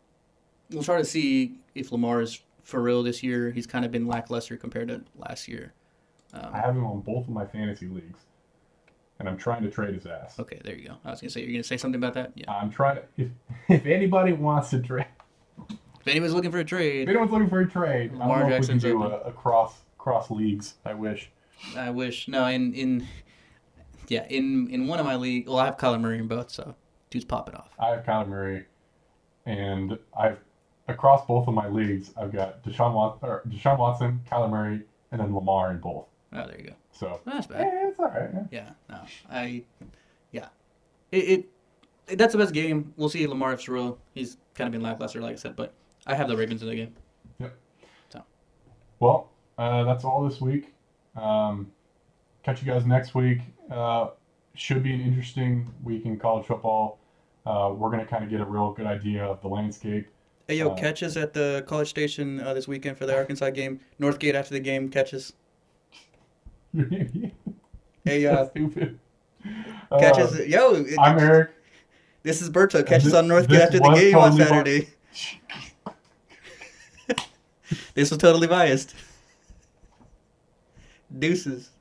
we'll try to see if Lamar is for real this year. He's kind of been lackluster compared to last year.
I
Um,
have him on both of my fantasy leagues, and I'm trying to trade his ass.
okay, there you go. I was gonna say you're gonna say something about that. Yeah.
I'm trying to if if anybody wants to trade,
If anyone's looking for a
if
trade,
anyone's looking for a trade, I
Lamar
don't know if we can
Jackson's
do
open.
a, a cross cross uh, leagues. I wish.
I wish no. In in yeah in in one of my league, well I have Kyler Murray in both, so dude's popping off.
I have Kyler Murray, and I've across both of my leagues, I've got Deshaun Watson, or Deshaun Watson, Kyler Murray, and then Lamar in both.
Oh, there you go.
So
That's bad.
yeah, it's all right. yeah.
Yeah, no, I, yeah, it, it that's the best game. We'll see Lamar if it's real. He's kind of been lackluster, like I said, but I have the Ravens in the game.
Well, uh, that's all this week. Um, catch you guys next week. Uh, should be an interesting week in college football. Uh, we're going to kind of get a real good idea of the landscape.
Hey
yo, Uh,
catches at the College Station uh, this weekend for the Arkansas game. Northgate after the game catches. Hey,
That's stupid. Uh,
yo,
I'm Eric.
this is Berto.
Catches thi- on Northgate this after the was game on totally Saturday.
this was totally biased. Deuces.